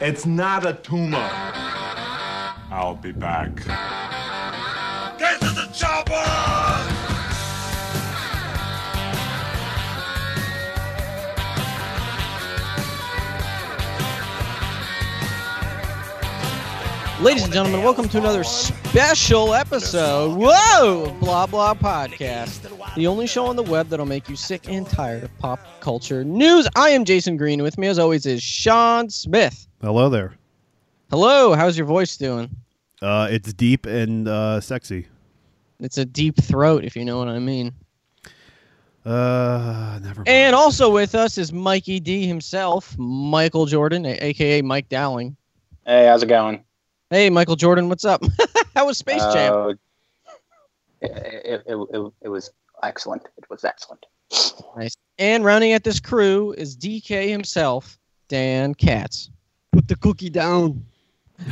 It's not a tumor. I'll be back. Get to the chopper! Ladies and gentlemen, welcome to another special episode. Whoa! Blah Blah Podcast. The only show on the web that'll make you sick and tired of pop culture news. I am Jason Green. With me, as always, is Sean Smith. Hello there. Hello, how's your voice doing? Uh, it's deep and uh, sexy. It's a deep throat, if you know what I mean. Uh, never mind. And also with us is Mikey D himself, Michael Jordan, a- aka Mike Dowling. Hey, how's it going? Hey, Michael Jordan, what's up? How was Space Jam? Uh, it, it, it, it was excellent. It was excellent. And rounding at this crew is DK himself, Dan Katz. Put the cookie down.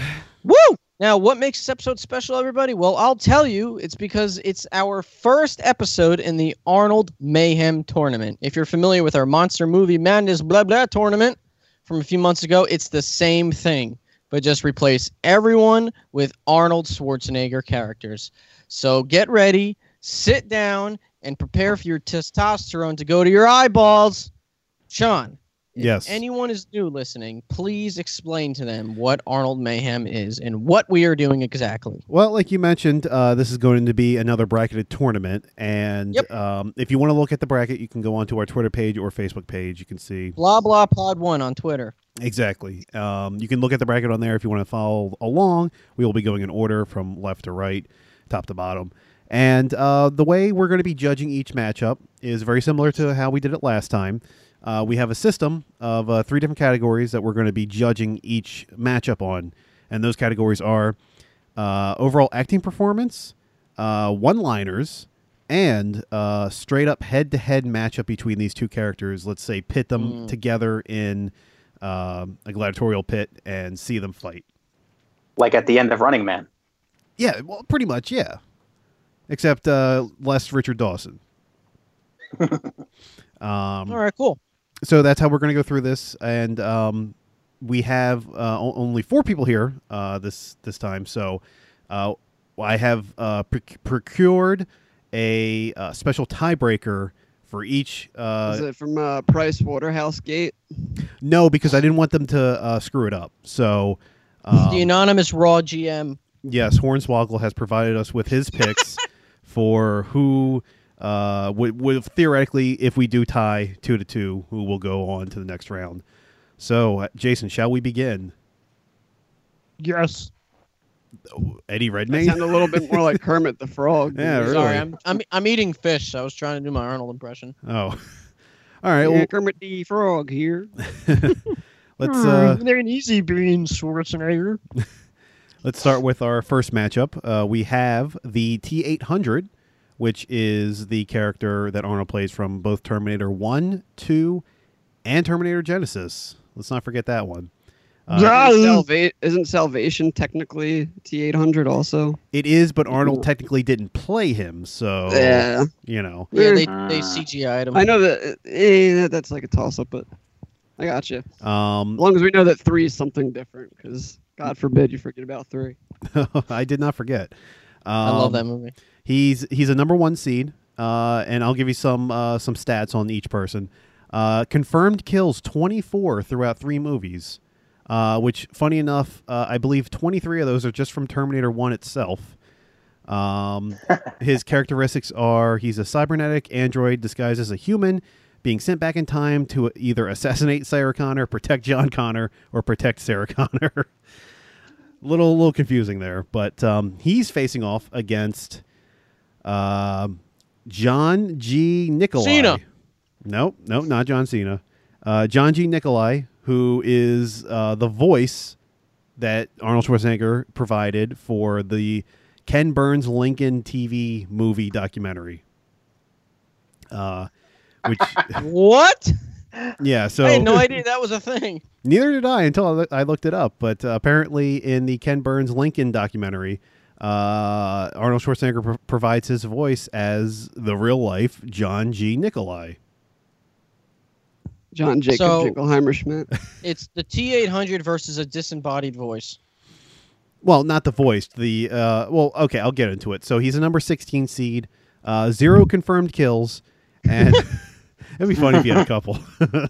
Woo! Now, what makes this episode special, everybody? Well, I'll tell you. It's because it's our first episode in the Arnold Mayhem tournament. If you're familiar with our Monster Movie Madness blah blah tournament from a few months ago, it's the same thing, but just replace everyone with Arnold Schwarzenegger characters. So get ready, sit down, and prepare for your testosterone to go to your eyeballs. Sean, yes. anyone is new listening, please explain to them what Arnold Mayhem is and what we are doing exactly. well, like you mentioned, uh, this is going to be another bracketed tournament, and Yep. um, if you want to look at the bracket, you can go onto our Twitter page or Facebook page. You can see Blah blah pod one on Twitter. exactly. Um, you can look at the bracket on there if you want to follow along. We will be going in order from left to right, top to bottom, and uh, the way we're going to be judging each matchup is very similar to how we did it last time. Uh, we have a system of uh, three different categories that we're going to be judging each matchup on, and those categories are uh, overall acting performance, uh, one-liners, and uh, straight-up head-to-head matchup between these two characters. Let's say pit them together in um, a gladiatorial pit and see them fight. Like at the end of Running Man. Yeah, well, pretty much, yeah. Except uh, less Richard Dawson. um, All right, cool. so that's how we're going to go through this and um, we have uh, o- only four people here uh, this this time so uh, i have uh, proc- procured a uh, special tiebreaker for each Is uh, it from uh, Price Waterhouse Gate? no because i didn't want them to uh, screw it up so um, the anonymous raw GM. yes hornswoggle has provided us with his picks for who uh, would, would theoretically if we do tie two to two who will go on to the next round so uh, jason shall we begin Yes. Eddie I Redmayne. sound a little bit more like Kermit the Frog. Yeah, Oh, really. Sorry, I'm, I'm I'm eating fish. So I was trying to do my Arnold impression. Oh, all right. Yeah, Well, Uh, Kermit the Frog here. let's uh, they're an easy bean, Schwarzenegger. let's start with our first matchup. Uh, we have the T eight hundred, which is the character that Arnold plays from both Terminator One, Two, and Terminator Genesis. Let's not forget that one. Uh, Yeah. Isn't, Ow. Salva- isn't Salvation technically T800 also? It is, but Arnold technically didn't play him, so Yeah. you know. Yeah, they, Mm. they CGI'd him. I know that eh, that's like a toss up, but I got you. As Um, long as we know that three is something different, because God forbid you forget about three. I did not forget. Um, I love that movie. He's he's a number one seed, uh, and I'll give you some uh, some stats on each person. Uh, confirmed kills twenty four throughout three movies, uh, which funny enough, uh, I believe twenty three of those are just from Terminator One itself. Um, his characteristics are he's a cybernetic android disguised as a human, being sent back in time to either assassinate Sarah Connor, protect John Connor, or protect Sarah Connor. little little confusing there, but um, he's facing off against um John G. Nicolai. Cena. Nope, nope, not John Cena. Uh, John G. Nicolai, who is uh, the voice that Arnold Schwarzenegger provided for the Ken Burns Lincoln TV movie documentary. Uh, which What? yeah, so I had no idea that was a thing. Neither did I until I, loo- I looked it up. But uh, apparently, in the Ken Burns Lincoln documentary, uh, Arnold Schwarzenegger pro- provides his voice as the real life John G. Nicolai. John Jacob So- Jingleheimer Schmidt. It's the T eight hundred versus a disembodied voice. Well, not the voiced. The uh, well, okay, I'll get into it. So he's a number sixteen seed, uh, zero confirmed kills, and it'd be funny if he had a couple.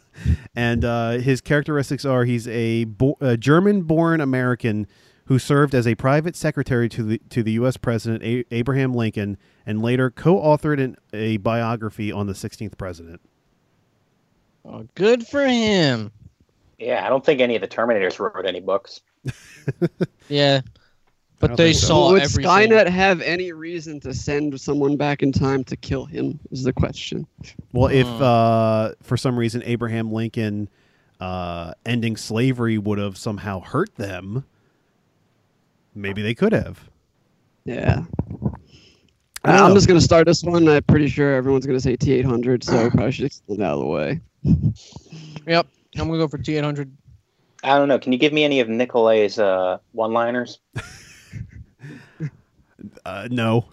and uh, his characteristics are he's a, bo- a German-born American who served as a private secretary to the to the U.S. President a- Abraham Lincoln, and later co-authored an, a biography on the sixteenth president. Oh, good for him. Yeah, I don't think any of the Terminators wrote any books. Yeah, I don't but they think so. saw Would everything. Skynet have any reason to send someone back in time to kill him? Is the question. Well, if Hmm. uh, for some reason Abraham Lincoln uh, ending slavery would have somehow hurt them, maybe they could have. Yeah. I don't I'm know. just gonna start this one. I'm pretty sure everyone's gonna say T800, so Ah. we probably should explain it out of the way. Yep, I'm gonna go for T eight hundred. I don't know. Can you give me any of Nicolay's uh, one-liners? Uh, no,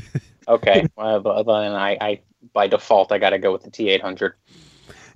Okay, well, th- then I, I by default I got to go with the T800.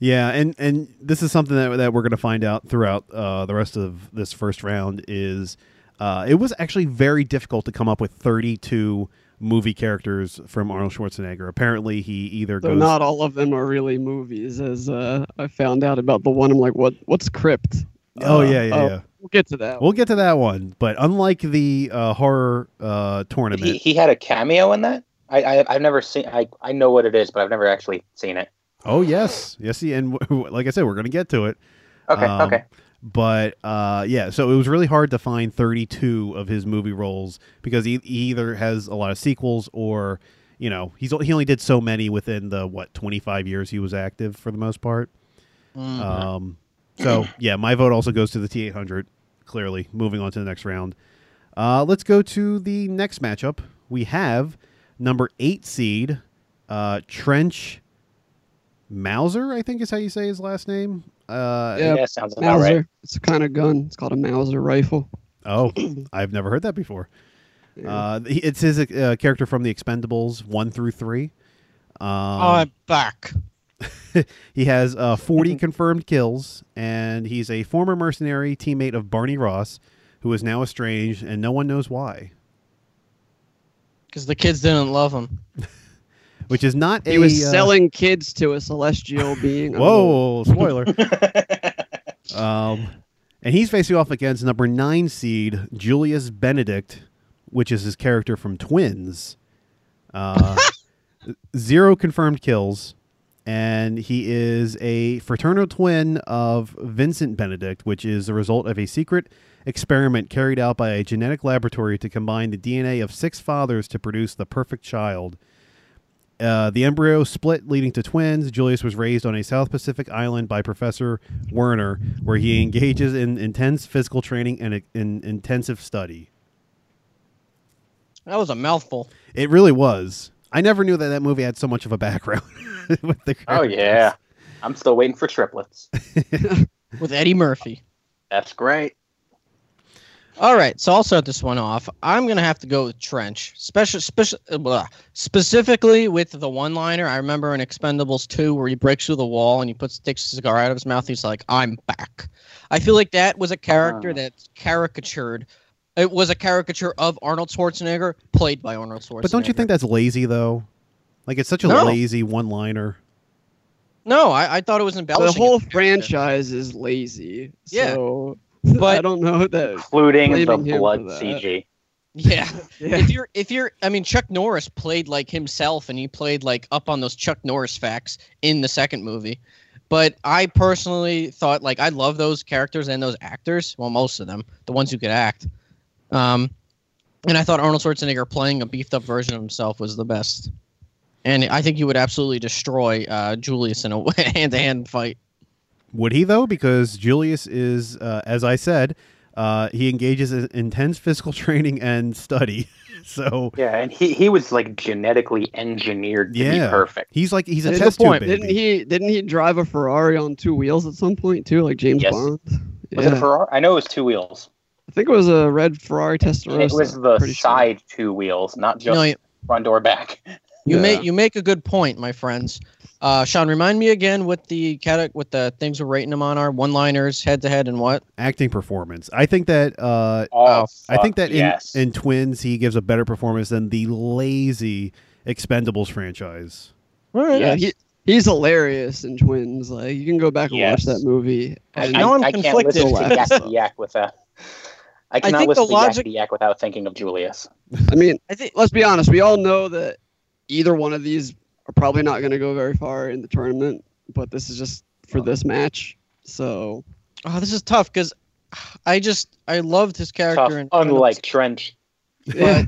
yeah, and and this is something that that we're gonna find out throughout uh, the rest of this first round is uh, it was actually very difficult to come up with thirty two movie characters from Arnold Schwarzenegger. Apparently, he either So goes not all of them are really movies, as uh, I found out about the one. I'm like, what? What's crypt? oh Uh, yeah yeah oh, yeah. We'll get to that. We'll get to that one, but unlike the uh, horror uh, tournament, He, he had a cameo in that. I, I I've never seen. I I know what it is, but I've never actually seen it. Oh yes, yes. he- And w- w- like I said, we're gonna get to it. Okay, Um, okay. But uh, yeah, so it was really hard to find 32 of his movie roles because e, he, he either has a lot of sequels or you know he's o- he only did so many within the what 25 years he was active for the most part. Mm. Mm-hmm. Um, so yeah, my vote also goes to the T800. Clearly, moving on to the next round. Uh, let's go to the next matchup. We have number eight seed uh, Trench Mauser. I think is how you say his last name. Uh, Yep. Yeah, sounds about Mauser. right. It's a kind of gun. It's called a Mauser rifle. Oh, I've never heard that before. Yeah. Uh, he- it's his uh, character from The Expendables one through three. Um, Oh, Oh, I'm back. He has uh, Mm-hmm. 40 confirmed kills, and he's a former mercenary teammate of Barney Ross, who is now estranged, and no one knows why. Because the kids didn't love him. Which is not He a. was uh, selling kids to a celestial being. Whoa, Oh, spoiler. um, and he's facing off against number nine seed Julius Benedict, which is his character from Twins. Uh, zero confirmed kills, and he is a fraternal twin of Vincent Benedict, which is the result of a secret experiment carried out by a genetic laboratory to combine the DNA of six fathers to produce the perfect child. Uh, the embryo split, leading to twins. Julius was raised on a South Pacific island by Professor Werner, where he engages in intense physical training and in intensive study. That was a mouthful. It really was. I never knew that that movie had so much of a background. with the Oh yeah, I'm still waiting for triplets. With Eddie Murphy. That's great. All right, so I'll start this one off. I'm gonna have to go with Trench, special, special, uh, blah. specifically with the one-liner. I remember in Expendables 2 where he breaks through the wall and he puts sticks a cigar out of his mouth. He's like, "I'm back." I feel like that was a character Ah. that's caricatured. It was a caricature of Arnold Schwarzenegger, played by Arnold Schwarzenegger. But don't you think that's lazy though? Like it's such a No. lazy one-liner. No, I, I thought it was The embellishing. whole it. franchise is lazy. Yeah. So I But- don't know that. Including the Blaming him for blood that. CG. Yeah. Yeah. if you're if you're i mean chuck norris played like himself and he played like up on those chuck norris facts in the second movie but i personally thought like i love those characters and those actors well most of them the ones who could act um and i thought arnold schwarzenegger playing a beefed up version of himself was the best and i think he would absolutely destroy uh, julius in a hand-to-hand fight Would he though? Because Julius is, uh, as I said, uh, he engages in intense physical training and study. so Yeah, and he, he was like genetically engineered to Yeah. be perfect. he's like he's a That's a test good tube point. baby. Didn't he? Didn't he drive a Ferrari on two wheels at some point too, like James Yes. Bond? Was it a Yeah. Ferrari? I know it was two wheels. I think it was a red Ferrari Testarossa. It was the pretty sure. side two wheels, not you just know you, front or back. you Yeah. make you make a good point my friends Uh, Sean, remind me again what the cata- what the things we're rating them on are: one-liners, head-to-head, and what? Acting performance. I think that uh, Oh, I think fuck, that yes. in, in Twins he gives a better performance than the lazy Expendables franchise. All right. Yeah, he, he's hilarious in Twins. Like you can go back and Yes. watch that movie. I, And Now I'm I can't conflicted. listen to Laugh. yak, yak with a. I cannot think the listen to logic- yak, yak without thinking of Julius. I mean, I think let's be honest. We all know that either one of these are probably not going to go very far in the tournament. But this is just for this match. So oh, this is tough because I just I loved his Tough, character. in Twins, unlike Trench. yeah,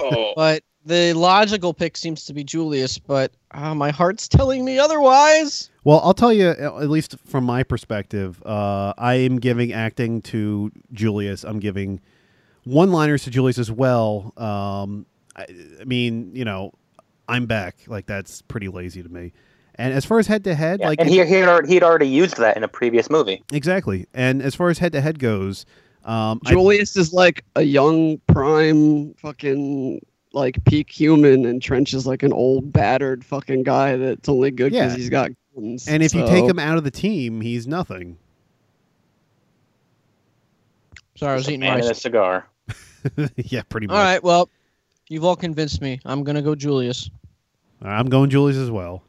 Oh, but the logical pick seems to be Julius, but uh, my heart's telling me otherwise. Well, I'll tell you, at at least from my perspective, uh, I am giving acting to Julius. I'm giving one liners to Julius as well. Um, I, I mean, you know, I'm back. Like, that's pretty lazy to me. And as far as head to head, yeah. like, and he he had, already, he had already used that in a previous movie. exactly. And as far as head to head goes, um, I- Julius is like a young prime fucking like peak human, and Trench is like an old battered fucking guy that's only good because Yeah. he's got guns. and if you So- take him out of the team, he's nothing. Sorry, I was Just a eating man rice. and a cigar. yeah, pretty much. All right, well, you've all convinced me. I'm gonna go Julius. I'm going Julius as well.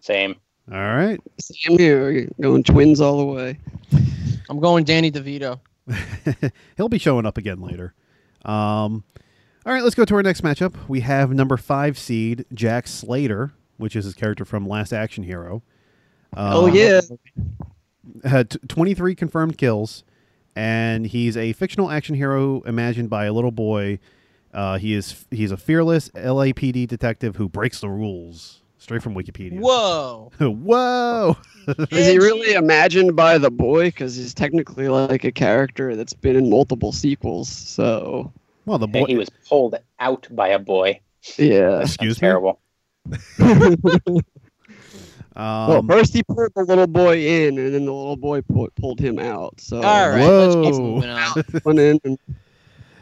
Same. All right. Sam here, you're going Twins all the way. I'm going Danny DeVito. He'll be showing up again later. Um, all right, let's go to our next matchup. We have number five seed Jack Slater, which is his character from Last Action Hero. Uh, oh yeah, had t- 23 confirmed kills, and he's a fictional action hero imagined by a little boy. Uh, he is he's a fearless LAPD detective who breaks the rules. Straight from Wikipedia. Whoa. Whoa! is he really imagined by the boy? Because he's technically like a character that's been in multiple sequels. So Well, the And boy. he was pulled out by a boy. yeah. excuse me. Terrible. well, Um, first he pulled the little boy in, and then the little boy pu- pulled him out. So All right, let's keep Whoa. moving on. one in, and,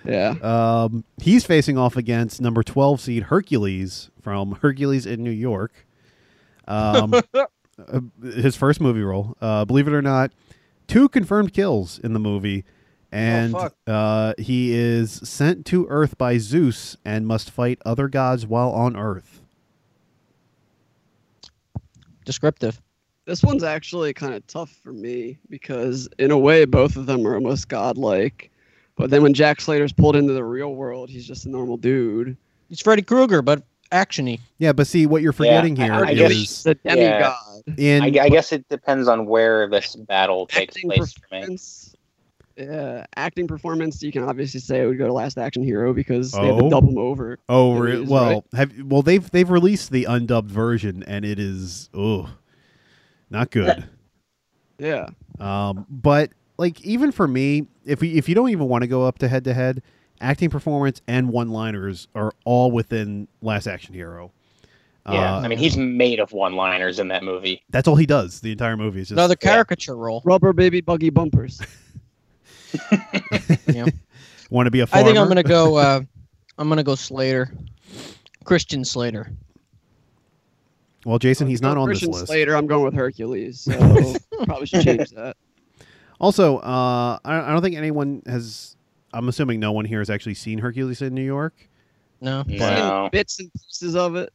yeah. Um, he's facing off against number 12 seed Hercules from Hercules in New York. Um, uh, his first movie role. Uh, believe it or not, two confirmed kills in the movie. And fuck. uh, he is sent to Earth by Zeus and must fight other gods while on Earth. Descriptive. This one's actually kind of tough for me because, in a way, both of them are almost godlike. But then when Jack Slater's pulled into the real world, he's just a normal dude. It's Freddy Krueger, but actiony. Yeah, but see, what you're forgetting I- here I is guess- He's a demigod. in I, I guess it depends on where this battle takes Acting place for me. performance. Yeah, acting performance. You can obviously say it would go to Last Action Hero because they had Oh. to dub him over. Oh, It re- is, well, right? have well they've they've released the undubbed version and it is oh, not good. Yeah, Um, but like even for me, if we, if you don't even want to go up to head to head, acting performance and one liners are all within Last Action Hero. Yeah, Uh, I mean he's made of one-liners in that movie. that's all he does. The entire movie is just Another caricature role. rubber baby buggy bumpers. want to be a I farmer. think I'm gonna go. Uh, I'm gonna go Slater. Christian Slater. Well, Jason, he's not on Christian this list. Slater. I'm going with Hercules. So probably should change that. Also, uh, I, I don't think anyone has. I'm assuming no one here has actually seen Hercules in New York. No. No. Bits and pieces of it.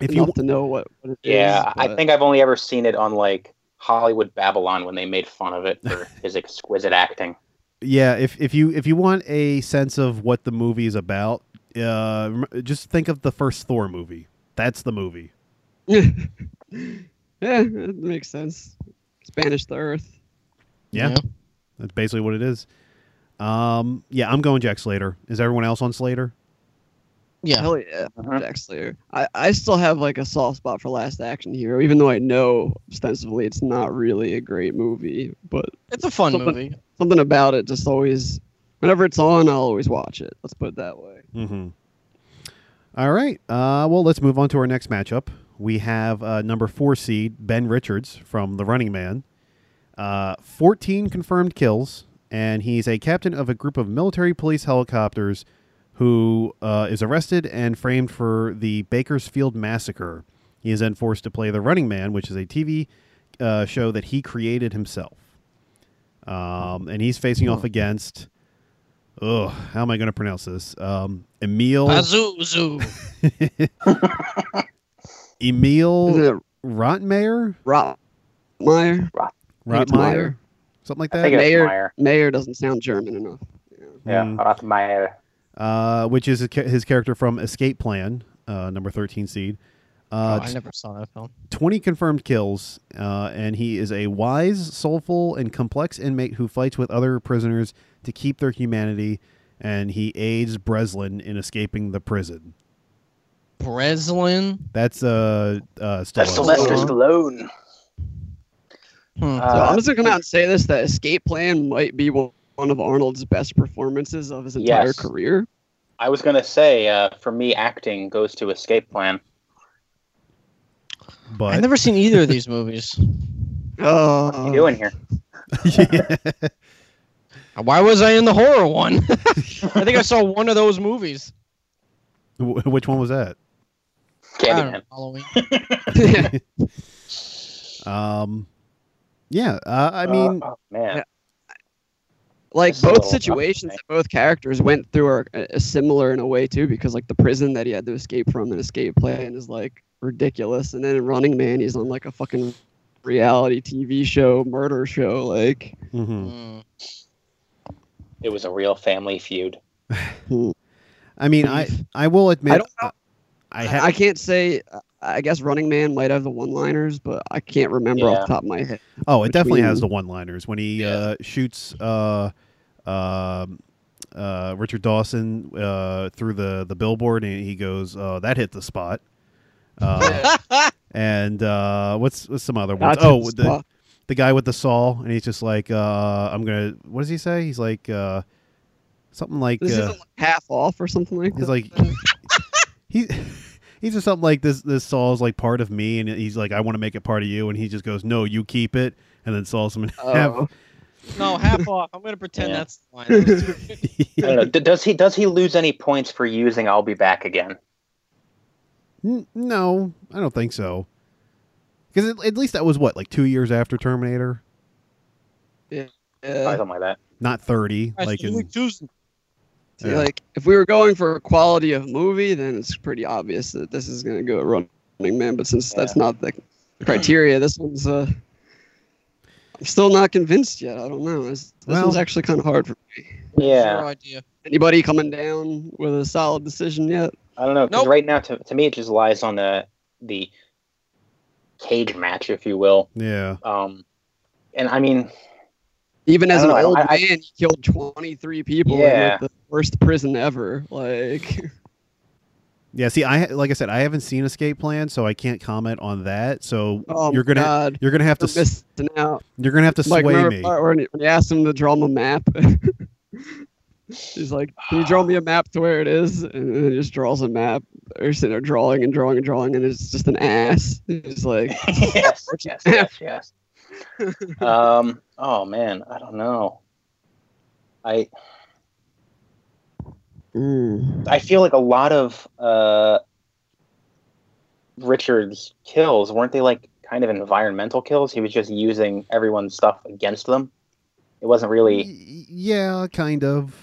If you enough to know what, what it is, Yeah, I but- think I've only ever seen it on like Hollywood Babylon when they made fun of it for his exquisite acting. yeah if, if you if you want a sense of what the movie is about uh rem- just think of the first thor movie that's the movie yeah, it makes sense. Spanish the Earth. yeah, Yeah. that's basically what it is um yeah i'm going jack slater is everyone else on slater Yeah. Hell yeah, Uh-huh. Jack Slater. I, I still have like a soft spot for Last Action Hero, even though I know ostensibly it's not really a great movie, but It's a fun Someone- movie. something about it just always, whenever it's on, I'll always watch it. Let's put it that way. mm-hmm all right uh well let's move on to our next matchup we have uh, number four seed ben richards from the running man uh 14 confirmed kills and he's a captain of a group of military police helicopters who uh, is arrested and framed for the Bakersfield massacre He is then forced to play The Running Man, which is a TV uh, show that he created himself. Um, and he's facing off against, oh, how am I going to pronounce this? Um, Emil Pazuzu. Is Emil it Rotmeyer, Rottmeyer? it's Rotmeyer, Meyer. something like I that. think it's Mayor. Meyer. Mayor doesn't sound German enough. Yeah, Mm. Rothmeyer. uh, which is his ca- his character from Escape Plan, uh, number thirteen seed. Uh, Oh, I never saw that film. 20 confirmed kills, uh, and he is a wise, soulful, and complex inmate who fights with other prisoners to keep their humanity, and he aids Breslin in escaping the prison. Breslin. That's uh, uh, Stallone. That's Sylvester Stallone. Hmm. So Uh, I'm just gonna come out and say this: that Escape Plan might be one one of Arnold's best performances of his entire Yes. career. I was gonna say, uh, for me, acting goes to Escape Plan. But I've never seen either of these movies. Oh, What are you doing here? Why was I in the horror one? I think I saw one of those movies. Wh- which one was that? I don't know, Candyman. Halloween. Um, yeah, uh, I mean, oh, man, like So, both situations okay. that both characters went through are uh, similar in a way too because like the prison that he had to escape from in escape plan is like ridiculous and then in running man he's on like a fucking reality tv show murder show like mhm. Hmm. it was a real family feud. I mean, I I will admit, I don't know. I, i, ha- I can't say i guess running man might have the one liners but i can't remember off Yeah. the top of my head Oh, it definitely between- has the one-liners when he uh, shoots uh, um uh, Richard Dawson uh, through the the billboard, and he goes, "Oh, that hit the spot." Uh, and uh, what's what's some other ones? That's Oh, his with the spot. the guy with the saw, and he's just like, uh, "I'm gonna." What does he say? He's like uh, something like this uh, isn't like half off or something like he's that. like he. He's just something like this. This Saul's like part of me, and he's like, "I want to make it part of you," and he just goes, "No, you keep it." And then Saul's him Oh. half Hmm. No, half off. I'm gonna pretend Yeah. that's the line. I don't know. D- does he does he lose any points for using "I'll be back again"? N- no, I don't think so. Because at, at least that was what, like two years after Terminator, Yeah. Or something like that. not thirty. I Like, still in, choose- See, Yeah. Like, if we were going for quality of movie, then it's pretty obvious that this is going to go Running Man. But since that's not the criteria, this one's. Uh, I'm still not convinced yet. I don't know. This, this Well- one's actually kind of hard for Yeah, No idea. anybody coming down with a solid decision yet. I don't know. 'cause Nope. right now, to, to me, it just lies on the the cage match, if you will. yeah, Um, and I mean, Even I as an don't know, old I- I- man, he killed 23 people Yeah. in like, the worst prison ever. Like, yeah. See, I like I said, I haven't seen Escape Plan, so I can't comment on that. So oh you're gonna my God. you're gonna have to We're s- missing out. you're gonna have to Like, sway remember me. part when he, when he asked him to draw him a map? He's like, "Can you draw me a map to where it is?" And then he just draws a map. They're sitting there drawing and drawing and drawing, and it's just an ass. He's like, yes, yes, yes, yes. Um, oh man, I don't know. I mm. I feel like a lot of uh, Richard's kills weren't they like kind of environmental kills? He was just using everyone's stuff against them. It wasn't Y- really. yeah, kind of.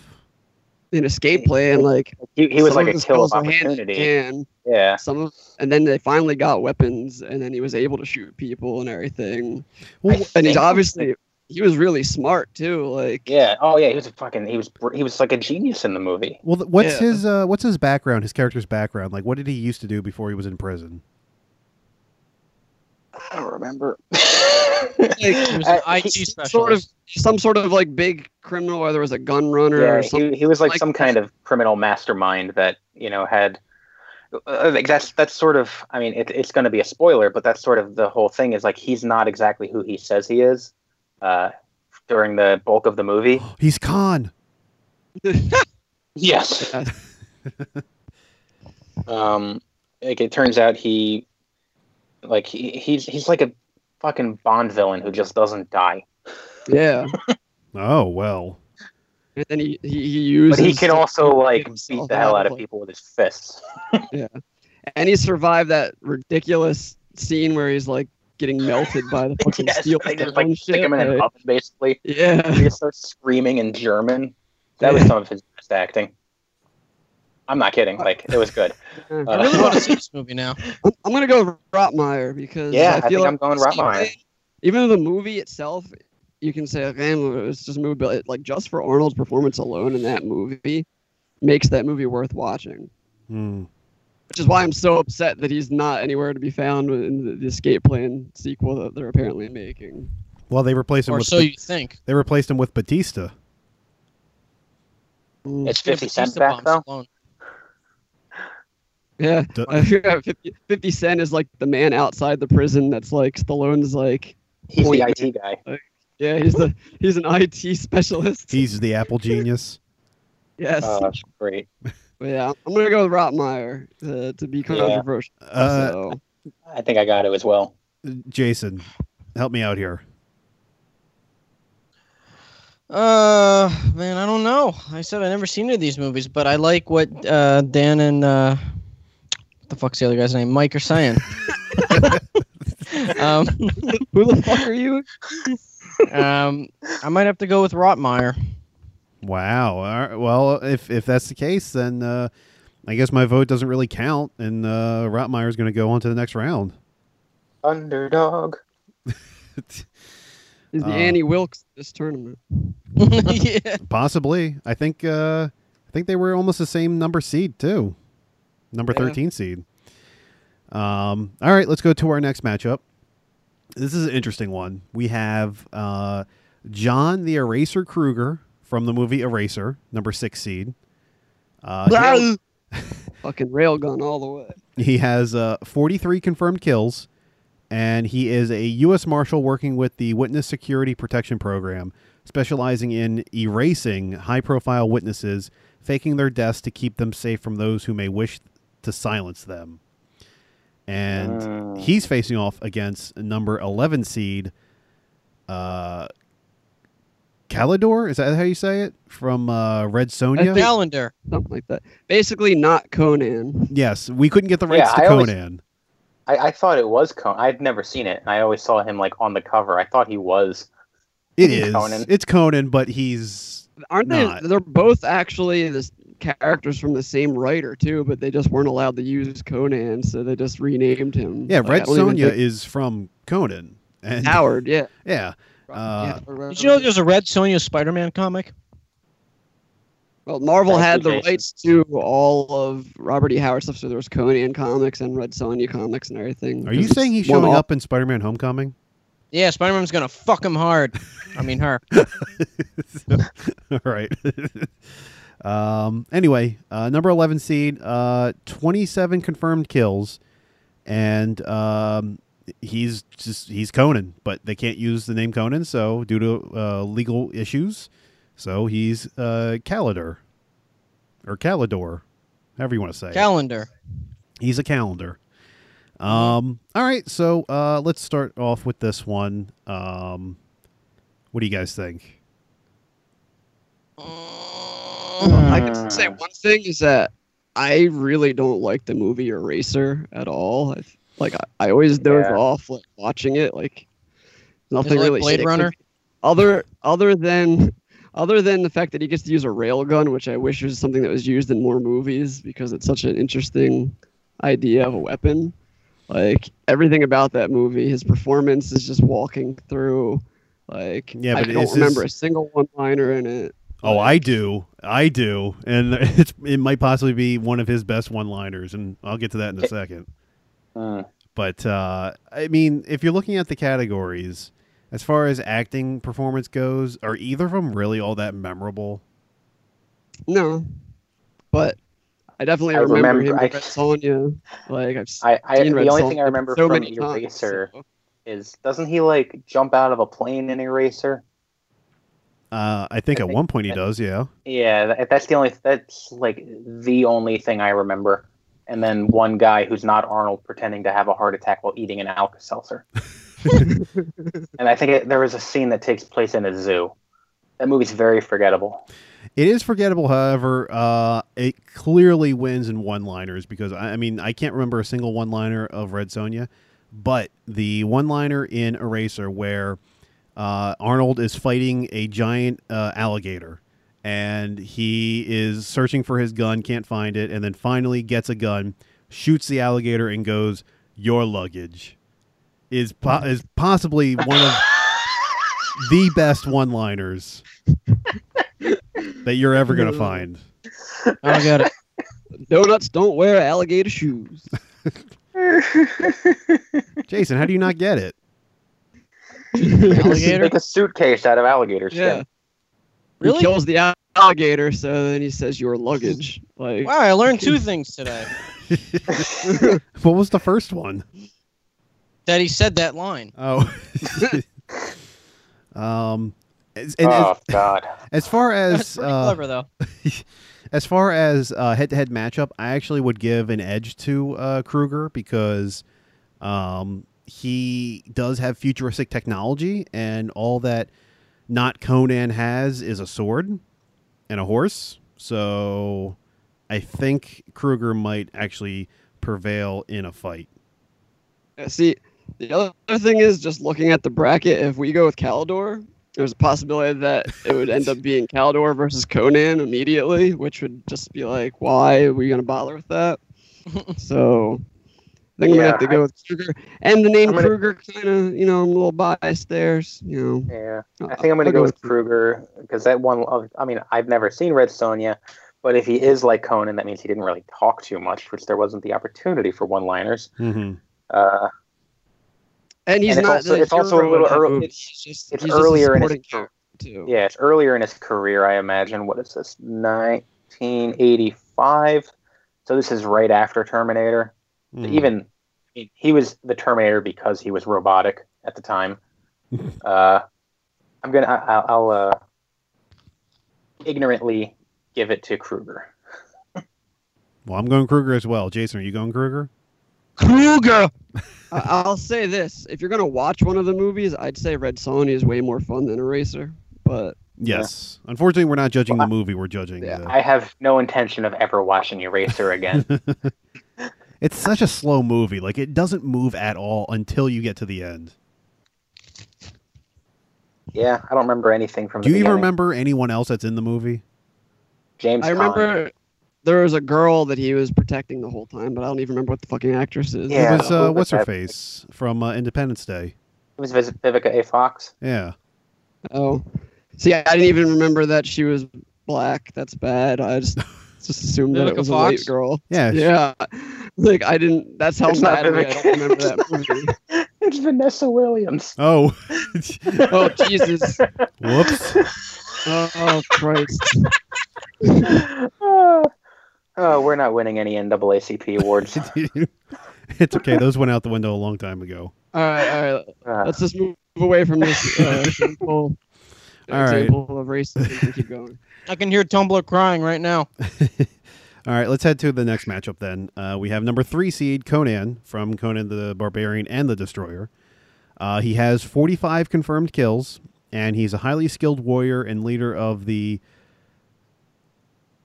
"An escape plan." Like He, he was some like of a his kill of skills were hand in opportunity. hand, Yeah. Some of, and then they finally got weapons, and then he was able to shoot people and everything. Well, I And he's think- obviously he was really smart too. Like, Yeah. Oh yeah. He was a fucking. He was. br- He was like a genius in the movie. well, th- what's Yeah. his uh, what's his background? His character's background. Like, what did he used to do before he was in prison? I don't remember. He was Uh, an IT he- specialist. sort of some sort of like big criminal, whether it was a gun runner Yeah, or something. he, he was like, like some that. kind of criminal mastermind that you know had. Uh, like that's that's sort of. I mean, it, it's going to be a spoiler, but that's sort of the whole thing. Is like he's not exactly who he says he is. Uh, during the bulk of the movie. He's Khan. Yes. um, like it turns out he, like he, he's he's like a fucking Bond villain who just doesn't die, Yeah. Oh well. And then he, he, he uses. but he can also like himself beat the hell out out of, of people with his fists. and he survived that ridiculous scene where he's like getting melted by the fucking yes, steel. they just and like stick shit, him in an right? oven basically. Yeah, he starts screaming in German. That was Yeah. some of his best acting. I'm not kidding. Like it was good. Uh, I'm, I really want to see this movie now. I'm gonna go with Rottmeyer because Yeah, I, I think feel like I'm going Rottweiler. even though the movie itself, you can say okay, it's just a movie, but like just for Arnold's performance alone in that movie makes that movie worth watching. Hmm. Which is why I'm so upset that he's not anywhere to be found in the, the escape plan sequel that they're apparently making. Well, they replaced him Or with so you think. they replaced him with Batista. Mm, It's 50 Batista cents back bombs though. alone. Yeah, Duh. 50, 50 Cent is like the man outside the prison. That's like Stallone's like He's the Point. IT guy. yeah, he's the he's an IT specialist. He's the Apple genius. yes, Oh, that's great. But yeah, I'm gonna go with Rottmeyer uh, to be controversial. Uh, so. I think I got it as well. Jason, help me out here. Uh, man, I don't know. I said I never seen any of these movies, but I like what uh, Dan and uh, what the fuck's the other guy's name? Mike or saying. um, Who the fuck are you? um, I might have to go with Rottmeyer. Wow. All right. Well, if if that's the case, then uh, I guess my vote doesn't really count, and uh, Rottmeyer's going to go on to the next round. Underdog. He's the Uh, Annie Wilkes of this tournament. yeah. Possibly. I think. Uh, I think they were almost the same number seed too, number Yeah. thirteen seed. Um. All right. Let's go to our next matchup. This is an interesting one. We have uh, John the Eraser Kruger from the movie Eraser, number six seed. Uh, Fucking railgun all the way. He has uh, 43 confirmed kills, and he is a U.S. Marshal working with the Witness Security Protection Program, specializing in erasing high profile witnesses, faking their deaths to keep them safe from those who may wish to silence them. And Mm. he's facing off against number 11 seed, uh, Calidor? Is that how you say it? From uh, Red Sonja? think- Calendar. Something like that. Basically, not Conan. yes, we couldn't get the rights Yeah, to I always- Conan. I, I thought it was Conan. I've never seen it, and I always saw him like on the cover. I thought he was. It is. Conan. It's Conan, but he's Aren't Not. they? They're both actually this characters from the same writer too, but they just weren't allowed to use Conan, so they just renamed him. yeah. Like, I Red don't even Sonja think- is from Conan and Howard. Yeah. Yeah, Uh, Yeah, or Did you know there's a Red Sonja Spider-Man comic? Well, Marvel Thank had you, the Jason. rights to all of Robert E. Howard stuff, so there was Conan comics and Red Sonja comics and everything. are you It's saying he's one showing off. up in Spider-Man: Homecoming? Yeah, Spider-Man's gonna fuck him hard. I mean her. All right. um. Anyway, uh, number eleven seed, uh, twenty-seven confirmed kills, and um, he's just he's Conan, but they can't use the name Conan, so due to uh, legal issues, so he's uh, Calidor, or Calidor, however you want to say. it. Calendar. He's a calendar. Um, all right, so uh, let's start off with this one. Um, what do you guys think? Uh, I Hmm. can say one thing is that I really don't like the movie Eraser at all. I, like I, I always doze Yeah. off like watching it. Like nothing Is it like really. Blade sticks with Runner? me. Other other than other than the fact that he gets to use a railgun, which I wish was something that was used in more movies because it's such an interesting idea of a weapon. Like everything about that movie, his performance is just walking through. Like Yeah, I but is don't his- remember a single one-liner in it. Oh, I do, I do, and it's it might possibly be one of his best one-liners, and I'll get to that in a second. Mm. But uh, I mean, if you're looking at the categories as far as acting performance goes, are either of them really all that memorable? No, but I definitely I remember, remember- him I- with Red Sonja. Like I've seen I, I Red the only Sonja thing I remember so from many times, Eraser so- is doesn't he like jump out of a plane in Eraser? Uh, I think I at think- one point he does. Yeah. Yeah, that, that's the only that's like the only thing I remember. And then one guy who's not Arnold pretending to have a heart attack while eating an Alka Seltzer. and I think it, there was a scene that takes place in a zoo. That movie's very forgettable. It is forgettable, however, uh, it clearly wins in one-liners because I, I mean I can't remember a single one-liner of Red Sonja, but the one-liner in Eraser where uh, Arnold is fighting a giant uh, alligator and he is searching for his gun, can't find it, and then finally gets a gun, shoots the alligator, and goes, "Your luggage," is po- is possibly one of the best one-liners that you're ever gonna find. I got it. Donuts don't wear alligator shoes. Jason, how do you not get it? Alligator? Make a suitcase out of alligator yeah, skin. Really? he kills the al- alligator, so then he says your luggage. Like Wow, I learned two things today. What was the first one? That he said that line. Oh, um, as, and Oh as, God. as far That's as pretty uh, clever though. as far as uh, head-to-head matchup, I actually would give an edge to uh, Kruger because um, he does have futuristic technology, and all that not Conan has is a sword and a horse. So I think Kruger might actually prevail in a fight. Yeah, See, the other thing is just looking at the bracket. If we go with Calidor, there's a possibility that it would end up being Calidor versus Conan immediately, which would just be like, why are we gonna bother with that? so, I think I'm gonna have Yeah, to go with Kruger. And the name I'm gonna- Kruger, kind of, you know, I'm a little biased there. s- You Yeah. know, I think I'm going to I'll go with Kruger because that one. Of, I mean, I've never seen Red Sonja, but if he is like Conan, that means he didn't really talk too much, which there wasn't the opportunity for one-liners. Mm-hmm. Uh, And he's and it's not. also- the it's also a hero in little that early- movie. it's- He's just, it's he's just a earlier in his supporting career. character, too. yeah, it's earlier in his career, I imagine. What is this? 1985. So this is right after Terminator. Mm-hmm. Even I mean, he was the Terminator because he was robotic at the time. uh, I'm gonna. I, I'll, I'll uh, ignorantly give it to Kruger. Well, I'm going Kruger as well. Jason, are you going Kruger? Kruger. I- I'll say this: if you're gonna watch one of the movies, I'd say Red Sonja is way more fun than Eraser. But Yes. Unfortunately, we're not judging Well, the movie. We're judging. Yeah, the- I have no intention of ever watching Eraser again. It's such a slow movie. Like it doesn't move at all until you get to the end. yeah, I don't remember anything from. Do the you even beginning. remember anyone else that's in the movie? James? I remember there was a girl that he was protecting the whole time, but I don't even remember what the fucking actress is. Yeah, it was who uh, was what's her that? face from uh, Independence Day. It was Viv- Vivica A. Fox. Yeah. Oh, see, I didn't even remember that she was black. That's bad. I just just assumed that Vivica it was a Fox? white girl. Yeah. Yeah, like I didn't. That's how It's not bad of me, I Vivica. don't remember that movie. It's Vanessa Williams. Oh. oh Jesus! Whoops. Oh, oh Christ! oh, we're not winning any NAACP awards. it's okay. Those went out the window a long time ago. All right, all right. Uh, Let's just move away from this uh, shameful All right. example of racism and keep going. I can hear Tumblr crying right now. All right, let's head to the next matchup then. Uh, we have number three seed Conan from Conan the Barbarian and the Destroyer. Uh, he has 45 confirmed kills, and he's a highly skilled warrior and leader of the.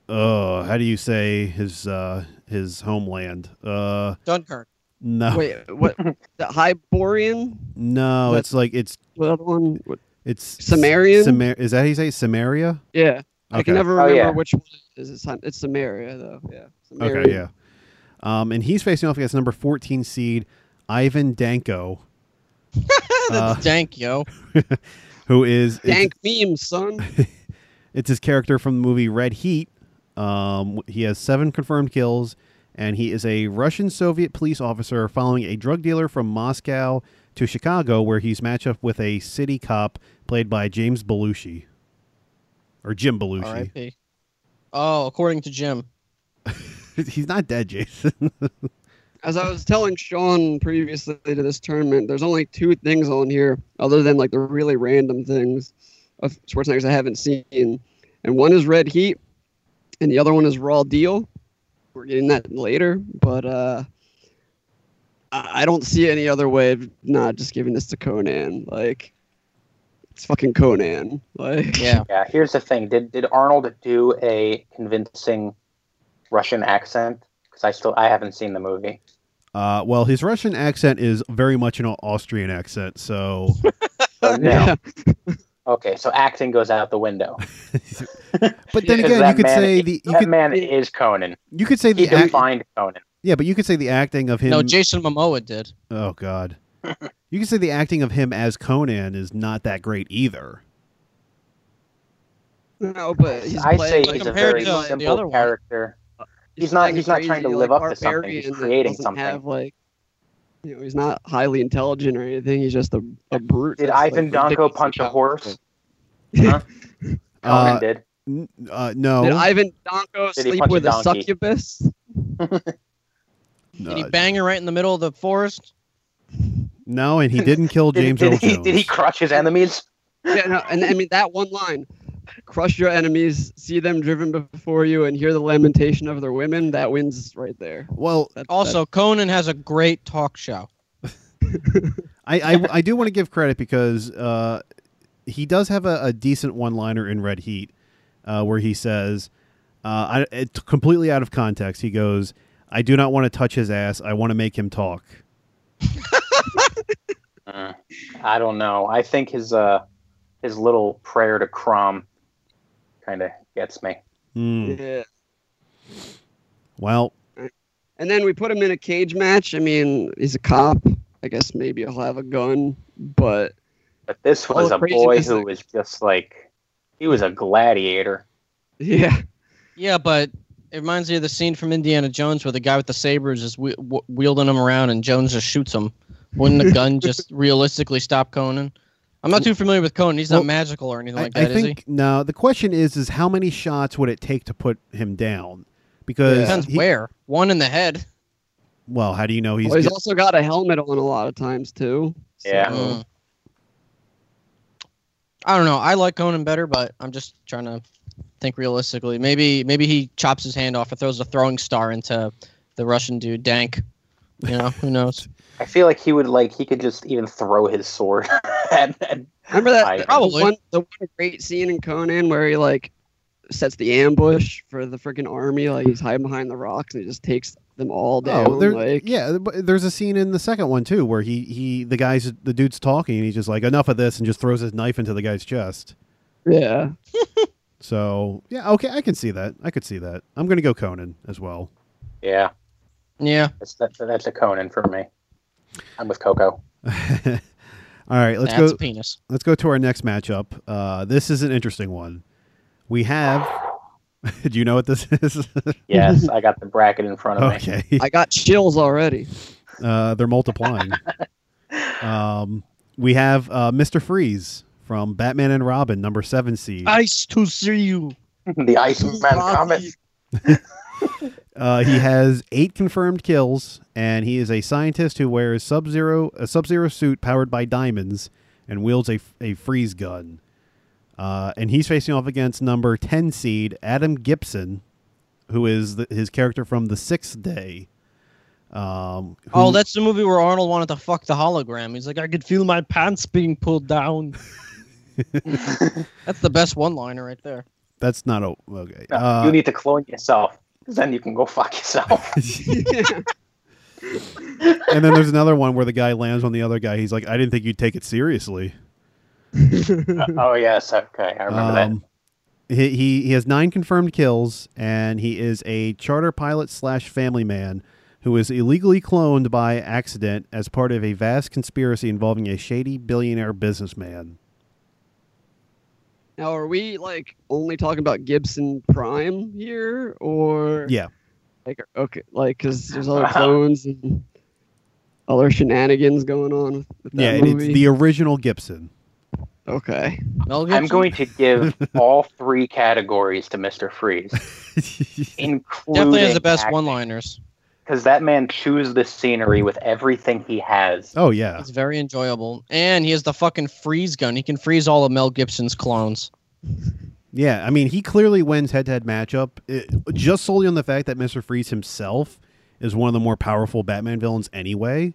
Uh, how do you say his uh, his homeland? Uh, Dunkirk. no, Wait, what? The Hyborian? no, what- it's like it's What other one? it's Sumerian? Sumer- is that how you say Samaria? Yeah. I can never Oh, remember yeah. which one it is. It's, Sam- it's Samaria, though. Yeah. Samaria. Okay, yeah. Um, and he's facing off against number 14 seed Ivan Danko, That's Uh, dank, yo. who is it's- Dank memes, son. It's his character from the movie Red Heat. Um, he has seven confirmed kills, and he is a Russian Soviet police officer following a drug dealer from Moscow to Chicago, where he's matched up with a city cop played by James Belushi or Jim Belushi. R.I.P. Oh, according to Jim. he's not dead, Jason. As I was telling Sean previously to this tournament, there's only two things on here, other than like the really random things of Schwarzenegger's I haven't seen. And one is Red Heat, and the other one is Raw Deal. We're getting that later, but uh, I I don't see any other way of not just giving this to Conan. Like, it's fucking Conan. Like, Yeah. Yeah, here's the thing. Did did Arnold do a convincing Russian accent? Because I still I haven't seen the movie. Uh, well, his Russian accent is very much an Austrian accent, so So, no. Yeah. Okay, so acting goes out the window. But then Because again, you that could man- say the you that could, man is Conan. you could say He the act, defined Conan. yeah, but you could say the acting of him. No, Jason Momoa did. oh God, you could say the acting of him as Conan is not that great either. No, but he's I say playing, But like, he's a compared very to the other simple one- character. He's not- he's not trying to live up to something, he's barbarian that creating doesn't something. Have, like, you know, he's not highly intelligent or anything. He's just a, a brute. Did that's, like, Ivan Donko ridiculously punch a horse? powerful. Conan Uh, did. N- uh, no, Did Ivan Donko Did he sleep punch a with a donkey? succubus? Did he uh, bang her right in the middle of the forest? no, and he didn't kill Did, James did Earl he, Jones. did he crush his enemies? yeah, no, and I mean that one line: "Crush your enemies, see them driven before you, and hear the lamentation of their women." That wins right there. well, That- that- Also, Conan has a great talk show. I, I, I do want to give credit because uh, he does have a, a decent one-liner in Red Heat, uh, where he says, uh, I, it's completely out of context. He goes, "I do not want to touch his ass. I want to make him talk." Uh, I don't know. I think his uh his little prayer to Crom kind of gets me. Hmm. yeah. Well, And then we put him in a cage match. I mean, he's a cop. I guess maybe he'll have a gun, but But this All was the a boy craziness who that- was just like he was a gladiator. yeah, Yeah, but it reminds me of the scene from Indiana Jones where the guy with the sabers is whe- wh- wielding them around and Jones just shoots him. Wouldn't the gun just realistically stop Conan? I'm not too familiar with Conan. He's Well, not magical or anything I, like that, I is he? think no. The question is, is how many shots would it take to put him down? Because Depends he- where. One in the head. well, how do you know he's? he's, well, he's get- also got a helmet on a lot of times too. Yeah. Mm. I don't know. I like Conan better, but I'm just trying to think realistically. Maybe maybe he chops his hand off or throws a throwing star into the Russian dude Dank. You know, who knows? I feel like he would like he could just even throw his sword at, at Remember that I- the Probably. one, the one great scene in Conan where he like sets the ambush for the freaking army. Like he's hiding behind the rocks and he just takes them all down. Oh, there, like yeah. but There's a scene in the second one too where he he the guys the dude's talking and he's just like enough of this and just throws his knife into the guy's chest. yeah, So yeah, okay, I can see that. I could see that. I'm gonna go Conan as well. Yeah, Yeah. that's that, that's a Conan for me. I'm with Coco. All right, let's that's go. a penis. Let's go to our next matchup. Uh, this is an interesting one. We have. Do you know what this is? Yes, I got the bracket in front of me. okay. I got chills already. Uh, they're multiplying. um, we have uh, Mr. Freeze from Batman and Robin, number seven seed. Nice to see you. the Iceman comment. Uh, he has eight confirmed kills, and he is a scientist who wears Sub Zero a Sub Zero suit powered by diamonds and wields a, a freeze gun. Uh, and he's facing off against number ten seed Adam Gibson, who is the, his character from The Sixth Day. Um, who- Oh, that's the movie where Arnold wanted to fuck the hologram. He's like, Like I could feel my pants being pulled down. that's the best one-liner right there. that's not a okay. No, Uh, you need to clone yourself, 'cause then you can go fuck yourself. and then there's another one where the guy lands on the other guy. He's like, "I didn't think you'd take it seriously." oh yes, okay, I remember Um, that. Um, He, he he has nine confirmed kills, and he is a charter pilot slash family man who is illegally cloned by accident as part of a vast conspiracy involving a shady billionaire businessman. Now, are we like only talking about Gibson Prime here, or Yeah. like okay, like because there's other clones and other shenanigans going on with, with Yeah, that and it's movie? the original Gibson. okay, Mel Gibson? I'm going to give all three categories to Mr. Freeze, including Definitely has the best one-liners. because that man chews the scenery with everything he has. oh yeah, It's very enjoyable, and he has the fucking freeze gun. He can freeze all of Mel Gibson's clones. yeah. I mean, he clearly wins head to head matchup eh, just solely on the fact that Mister Freeze himself is one of the more powerful Batman villains anyway,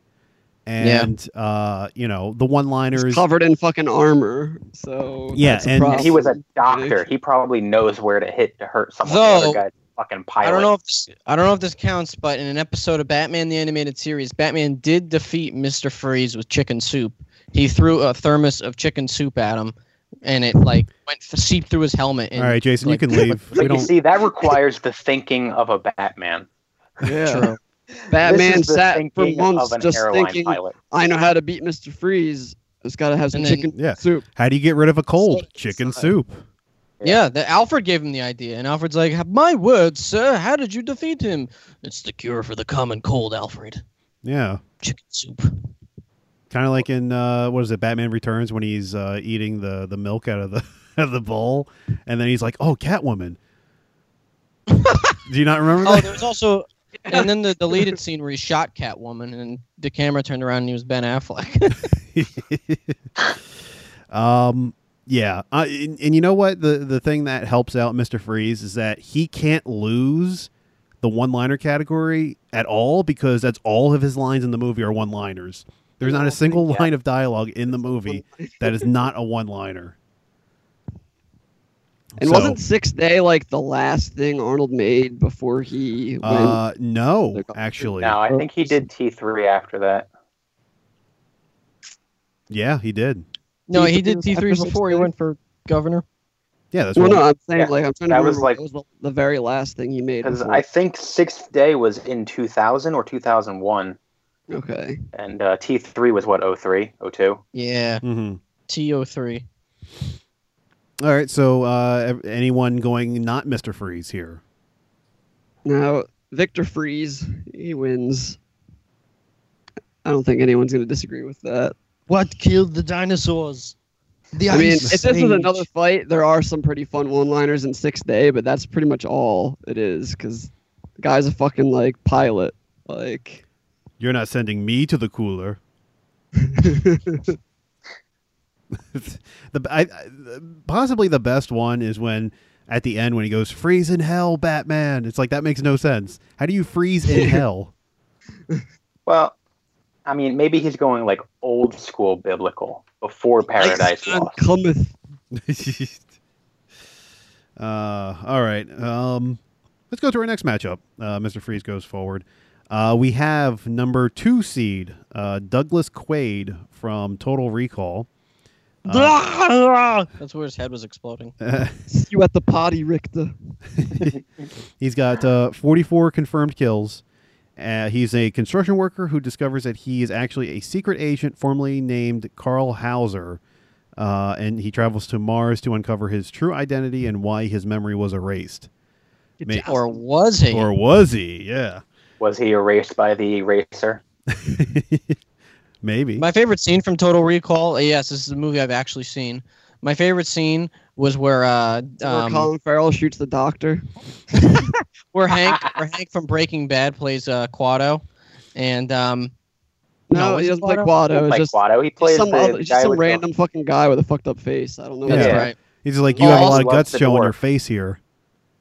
and uh, you know the one-liners. He's covered in fucking armor. So Yeah, that's a and- problem. And he was a doctor. He probably knows where to hit to hurt someone. the Though- other guy's a fucking pilot. I don't know if this, I don't know if this counts, but in an episode of Batman the Animated Series, Batman did defeat Mister Freeze with chicken soup. He threw a thermos of chicken soup at him, and it like went th- seeped through his helmet. And All right, Jason, like- you can leave. But we you don't. see, that requires the thinking of a Batman. Yeah. True. This Batman is the sat for thinking months of an just airline thinking, pilot. I know how to beat Mister Freeze. It's got to have some And then- chicken Yeah. soup. How do you get rid of a cold? Steak Chicken inside. soup. Yeah, the, Alfred gave him the idea, and Alfred's like, "My word, sir, how did you defeat him? It's the cure for the common cold, Alfred. Yeah. Chicken soup. Kind of like in uh, what is it? Batman Returns when he's uh, eating the, the milk out of the out of the bowl, and then he's like, "Oh, Catwoman." Do you not remember Oh, that? there was also, and then the deleted scene where he shot Catwoman, and the camera turned around, and he was Ben Affleck. um, yeah, I, and, and you know what? The the thing that helps out Mister Freeze is that he can't lose the one liner category at all because that's all of his lines in the movie are one liners. There's not a single Yeah. line of dialogue in the movie that is not a one liner. And wasn't Six Day like the last thing Arnold made before he went? uh, no, They're called- actually, No, I think he did T3 after that. yeah, he did. no, He he did was T three after before he 16. went for governor. Yeah, that's well, what- no, I'm saying Yeah, like I'm trying to that remember. was, like- that was the, the very last thing he made. Because before- I think Sixth Day was in 2000 or 2001, okay. and uh, T3 was what, 03, 02? Yeah, Mhm. T O three. All right, so uh, ev- anyone going not Mister Freeze here? Now Victor Freeze, he wins. I don't think anyone's going to disagree with that. What killed the dinosaurs? The I mean, if Ice this was Age. another fight, there are some pretty fun one-liners in Six Day, but that's pretty much all it is because the guy's a fucking like pilot. Like, You're not sending me to the cooler. the I, I- possibly the best one is when at the end when he goes freeze in hell, Batman. It's like that makes no sense. How do you freeze in hell? Well, I mean, maybe he's going like old school biblical before Paradise "Son Lost. cometh. uh, all right. Um, let's go to our next matchup. Uh, Mr. Freeze goes forward. Uh, we have number two seed uh, Douglas Quaid from Total Recall. Uh, That's where his head was exploding. See you at the potty, Richter. He's got uh, 44 confirmed kills. Uh, he's a construction worker who discovers that he is actually a secret agent formerly named Carl Hauser, uh, and he travels to Mars to uncover his true identity and why his memory was erased. May- Or was he? or was he? Yeah, Was he erased by the eraser? maybe. My favorite scene from Total Recall. uh, Yes, this is a movie I've actually seen. My favorite scene was where uh, Where um, Colin Farrell shoots the doctor. where Hank where Hank from Breaking Bad plays uh, Quado, and um, No, No, he is it doesn't play Quado? He played Quado. It's just Quado. He plays some, the other, just guy some with random fucking guy with a fucked up face. I don't know. that's Yeah. right. He's just like you Oh, have a also lot of loves guts the showing dwarf. your face here,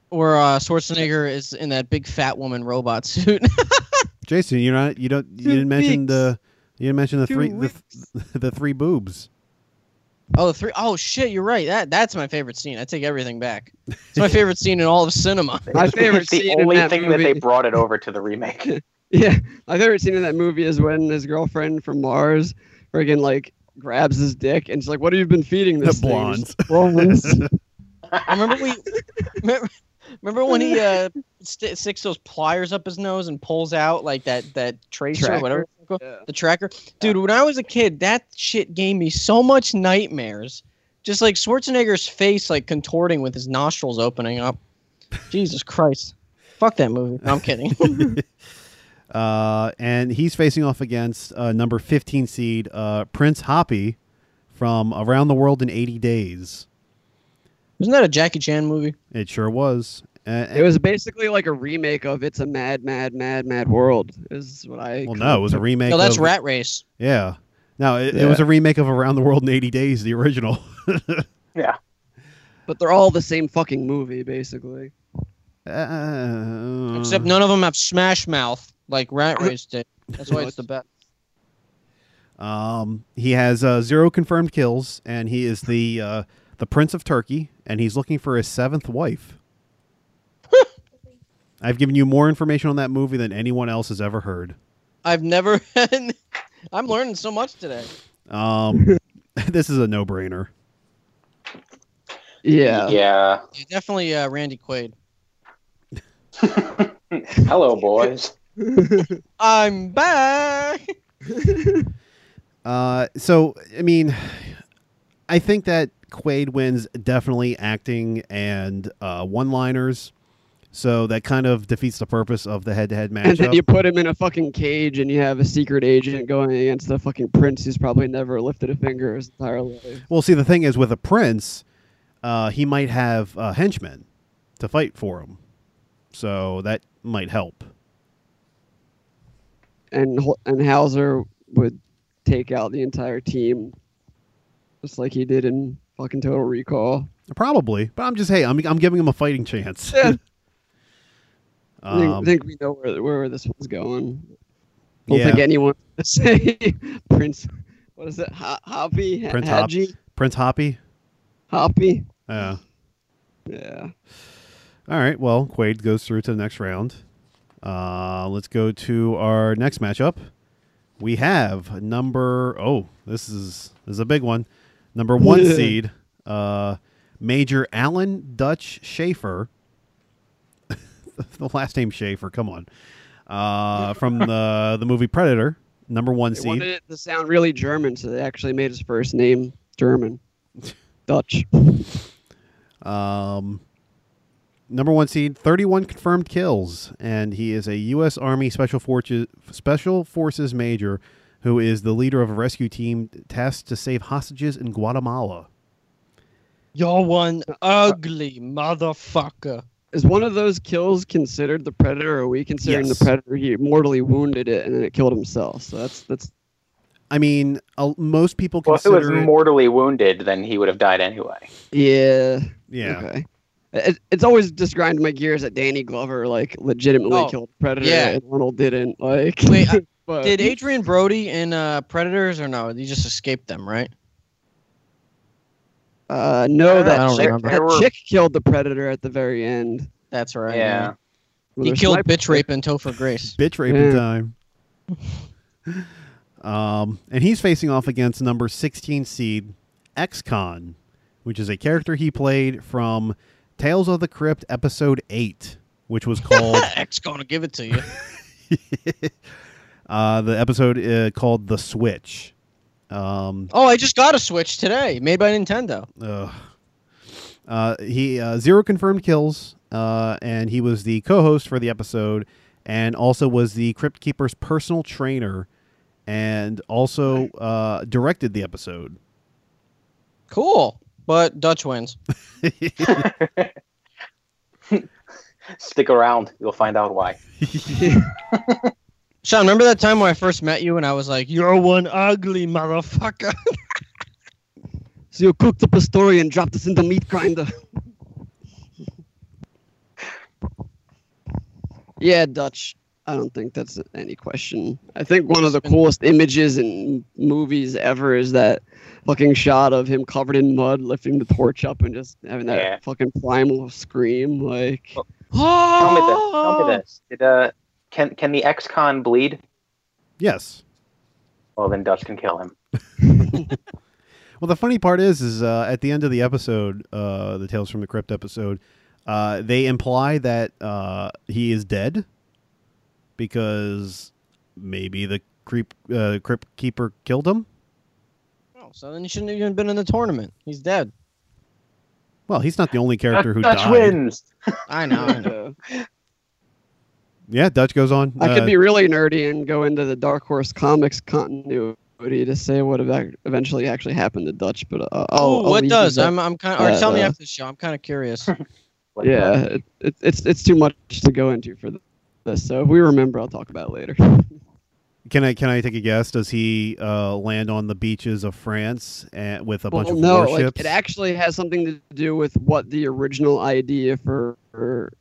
Where uh, Schwarzenegger is in that big fat woman robot suit. Jason. You're not. You don't. You Two didn't mention weeks. the. You didn't mention the Two three. The, th- the three boobs. oh, the three oh shit, you're right. That that's my favorite scene. I take everything back. It's my favorite scene in all of cinema. the- My favorite It's the scene in only that thing that movie- they brought it over to the remake. Yeah, my favorite scene in that movie is when his girlfriend from Mars friggin' like grabs his dick and she's like, "What have you been feeding The this thing?" blondes. Blondes. I remember we remember, remember when he uh, st- sticks those pliers up his nose and pulls out like that that tracer or whatever. it's called. Yeah. the tracker. Dude, when I was a kid, that shit gave me so much nightmares. Just like Schwarzenegger's face, like contorting with his nostrils opening up. Jesus Christ. Fuck that movie. No, I'm kidding. Uh, and he's facing off against uh, number 15 seed uh, Prince Hoppy from Around the World in 80 Days. Isn't that a Jackie Chan movie? It sure was. And, It was basically like a remake of "It's a Mad, Mad, Mad, Mad World." Is what I. well, no, it was a remake. No, that's of, Rat Race. Yeah. No, it, it was a remake of Around the World in 80 Days, the original. But they're all the same fucking movie, basically. Uh, Mm. Except none of them have Smash Mouth like Rat Race did. That's why it's the best. Um, he has uh, zero confirmed kills, and he is the uh, the Prince of Turkey, and he's looking for his seventh wife. I've given you more information on that movie than anyone else has ever heard. I've never. I'm learning so much today. Um, this is a no brainer. Yeah. Yeah. Yeah, definitely uh, Randy Quaid. Hello, boys. I'm back. Uh, so I mean, I think that Quaid wins definitely acting and uh, one-liners. So that kind of defeats the purpose of the head-to-head matchup. And then you put him in a fucking cage and you have a secret agent going against the fucking prince who's probably never lifted a finger his entire life. Well, see, the thing is, with a prince, uh, he might have uh, henchmen to fight for him, so that might help. And Ho- and Hauser would take out the entire team just like he did in fucking Total Recall. Probably, but I'm just hey, I'm I'm giving him a fighting chance. Yeah. I think, I um, think we know where, where this one's going. Don't Yeah. think anyone would say Prince. What is it? Ho- Hoppy? Prince Hop. Haji? Prince Hoppy. Hoppy? Yeah. Yeah. All right. Well, Quaid goes through to the next round. Uh, let's go to our next matchup. We have number oh, this is this is a big one. Number one Yeah. seed, uh, Major Alan Dutch Schaefer. the last name Schaefer. Come on, uh, from the the movie Predator. Number one They seed. wanted it to sound really German, so they actually made his first name German. Dutch. Um, number one seed, 31 confirmed kills, and he is a U.S. Army Special Forces Special Forces Major, who is the leader of a rescue team tasked to save hostages in Guatemala. You're one ugly motherfucker. Is one of those kills considered the predator? Or are we considering Yes. the predator? He mortally wounded it and then it killed himself. So that's that's I mean, uh, most people Well, if it consider was mortally wounded, then he would have died anyway. yeah. yeah. Okay. It, it's always just grinding my gears that Danny Glover like legitimately Oh, killed Predator yeah. and Arnold didn't. Like, Wait, I- but Did Adrian Brody in uh, Predators or no? He just escaped them, right? uh, no, I that don't chick, remember. that There were- chick killed the Predator at the very end. That's right. yeah. with He her killed sniper bitch rape and Topher Grace. bitch raping Yeah. time. Um, and he's facing off against number 16 seed X-Con, which is a character he played from Tales of the Crypt episode 8, which was called X gonna give it to you. uh, the episode uh, called The Switch. Um, Oh, I just got a Switch today, made by Nintendo. ugh. Uh, he uh, zero confirmed kills, uh, and he was the co-host for the episode, and also was the Crypt Keeper's personal trainer, and also uh, directed the episode. Cool. But Dutch wins. Stick around. You'll find out why. Sean, remember that time when I first met you and I was like, "You're one ugly motherfucker." So you cooked up a story and dropped us in the meat grinder. yeah, Dutch. I don't think that's any question. I think one of the coolest images in movies ever is that fucking shot of him covered in mud, lifting the torch up and just having that Yeah. fucking primal scream. Like, Tell me this. Tell me Oh. this. Did, uh, can can the ex-con bleed? Yes. Well, then Dutch can kill him. Well, the funny part is, is uh, at the end of the episode, uh, the Tales from the Crypt episode, uh, they imply that uh, he is dead because maybe the creep uh, crypt keeper killed him. Oh, so then he shouldn't have even been in the tournament. He's dead. Well, he's not the only character who Dutch died. wins. I know. I know. uh, Yeah, Dutch goes on. I uh, could be really nerdy and go into the Dark Horse comics continuity to say what ev- eventually actually happened to Dutch, but uh, Oh, I'll, I'll what leave does? that- I'm, I'm kind of. Or uh, tell me uh, after the show. I'm kind of curious. What the- yeah, it, it, it's it's too much to go into for th- this. So if we remember, I'll talk about it later. Can I can I take a guess? Does he uh, land on the beaches of France and, with a bunch well, of no, like, warships? it actually has something to do with what the original idea for, for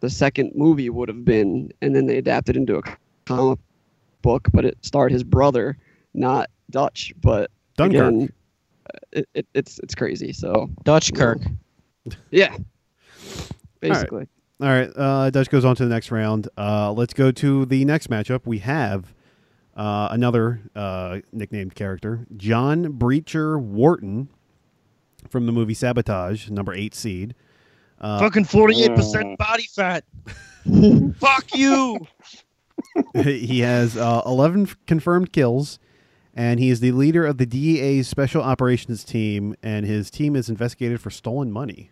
the second movie would have been, and then they adapted into a comic book, but it starred his brother, not Dutch, but Dunkirk. again, uh, it, it, it's it's crazy. So Dutch Kirk. yeah, basically. All right, uh, Dutch goes on to the next round. Uh, let's go to the next matchup. We have uh, another uh, nicknamed character, John Breacher Wharton, from the movie Sabotage, number eight seed. Uh, Fucking 48% body fat. Fuck you. he has uh, 11 f- confirmed kills, and he is the leader of the DEA's special operations team, and his team is investigated for stolen money.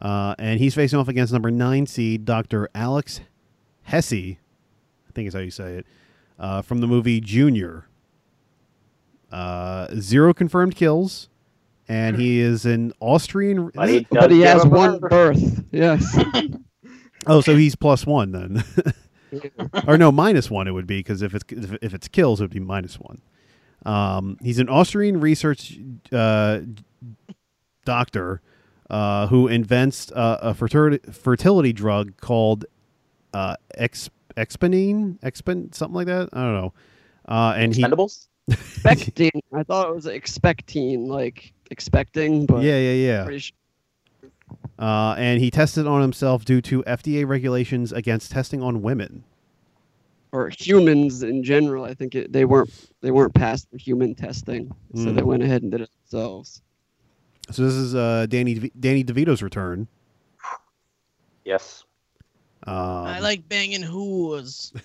Uh, and he's facing off against number nine seed Dr. Alex Hesse, I think is how you say it, uh, from the movie Junior. Uh, zero confirmed kills, and he is an Austrian. But he, But does he give has a one birth. birth. Yes. Oh, so he's plus one then, or no, minus one it would be because if it's if, if it's kills it would be minus one. Um, he's an Austrian research uh, doctor uh, who invents uh, a fertility fertility drug called uh, ex expenine expen something like that. I don't know. Uh, and he Expendables? expecting. I thought it was expecting, like expecting, but yeah yeah yeah. pretty sure. Uh, and he tested on himself due to FDA regulations against testing on women. or humans in general. I think it, they weren't they weren't past the human testing, so Mm. they went ahead and did it themselves. So this is uh, Danny DeV- Danny DeVito's return. Yes. Um, I like banging whores.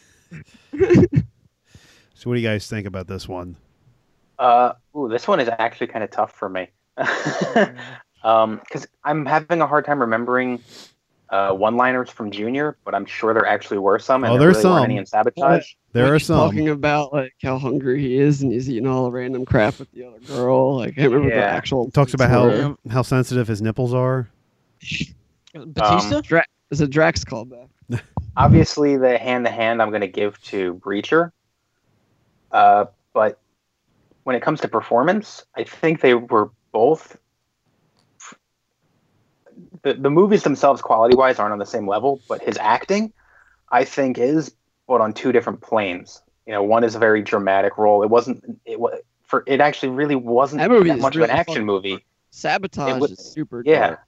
So what do you guys think about this one? Uh, ooh, this one is actually kind of tough for me. Um, because I'm having a hard time remembering uh, one-liners from Junior, but I'm sure there actually were some, and Oh, there there's really weren't some. any in Sabotage. There Like, are he's talking some. about like how hungry he is, and he's eating all the random crap with the other girl. Like I can't remember the Yeah. actual. Talks about were. how how sensitive his nipples are. Um, Batista? It's a Drax callback. Obviously, the hand-to-hand I'm going to give to Breacher, uh, but when it comes to performance, I think they were both. The, the movies themselves, quality-wise, aren't on the same level, but his acting, I think, is but on two different planes. You know, one is a very dramatic role. It wasn't. It was for. It actually really wasn't That movie that is much of really an action fucking- movie. Sabotage It was- is super. Yeah. dark.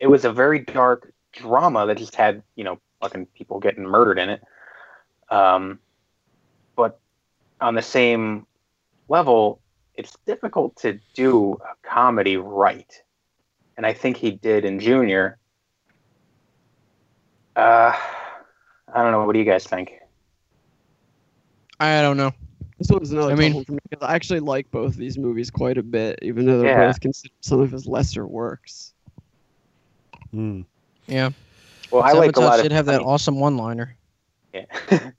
It was a very dark drama that just had, you know, fucking people getting murdered in it. Um, but on the same level, it's difficult to do a comedy right. And I think he did in Junior. Uh, I don't know. What do you guys think? I don't know. This one's another I I mean- one for me because I actually like both of these movies quite a bit, even though they're Yeah. both considered some of his lesser works. Mm. Yeah. Well, I like a Sabotage lot of. did have that I mean, awesome one liner. yeah.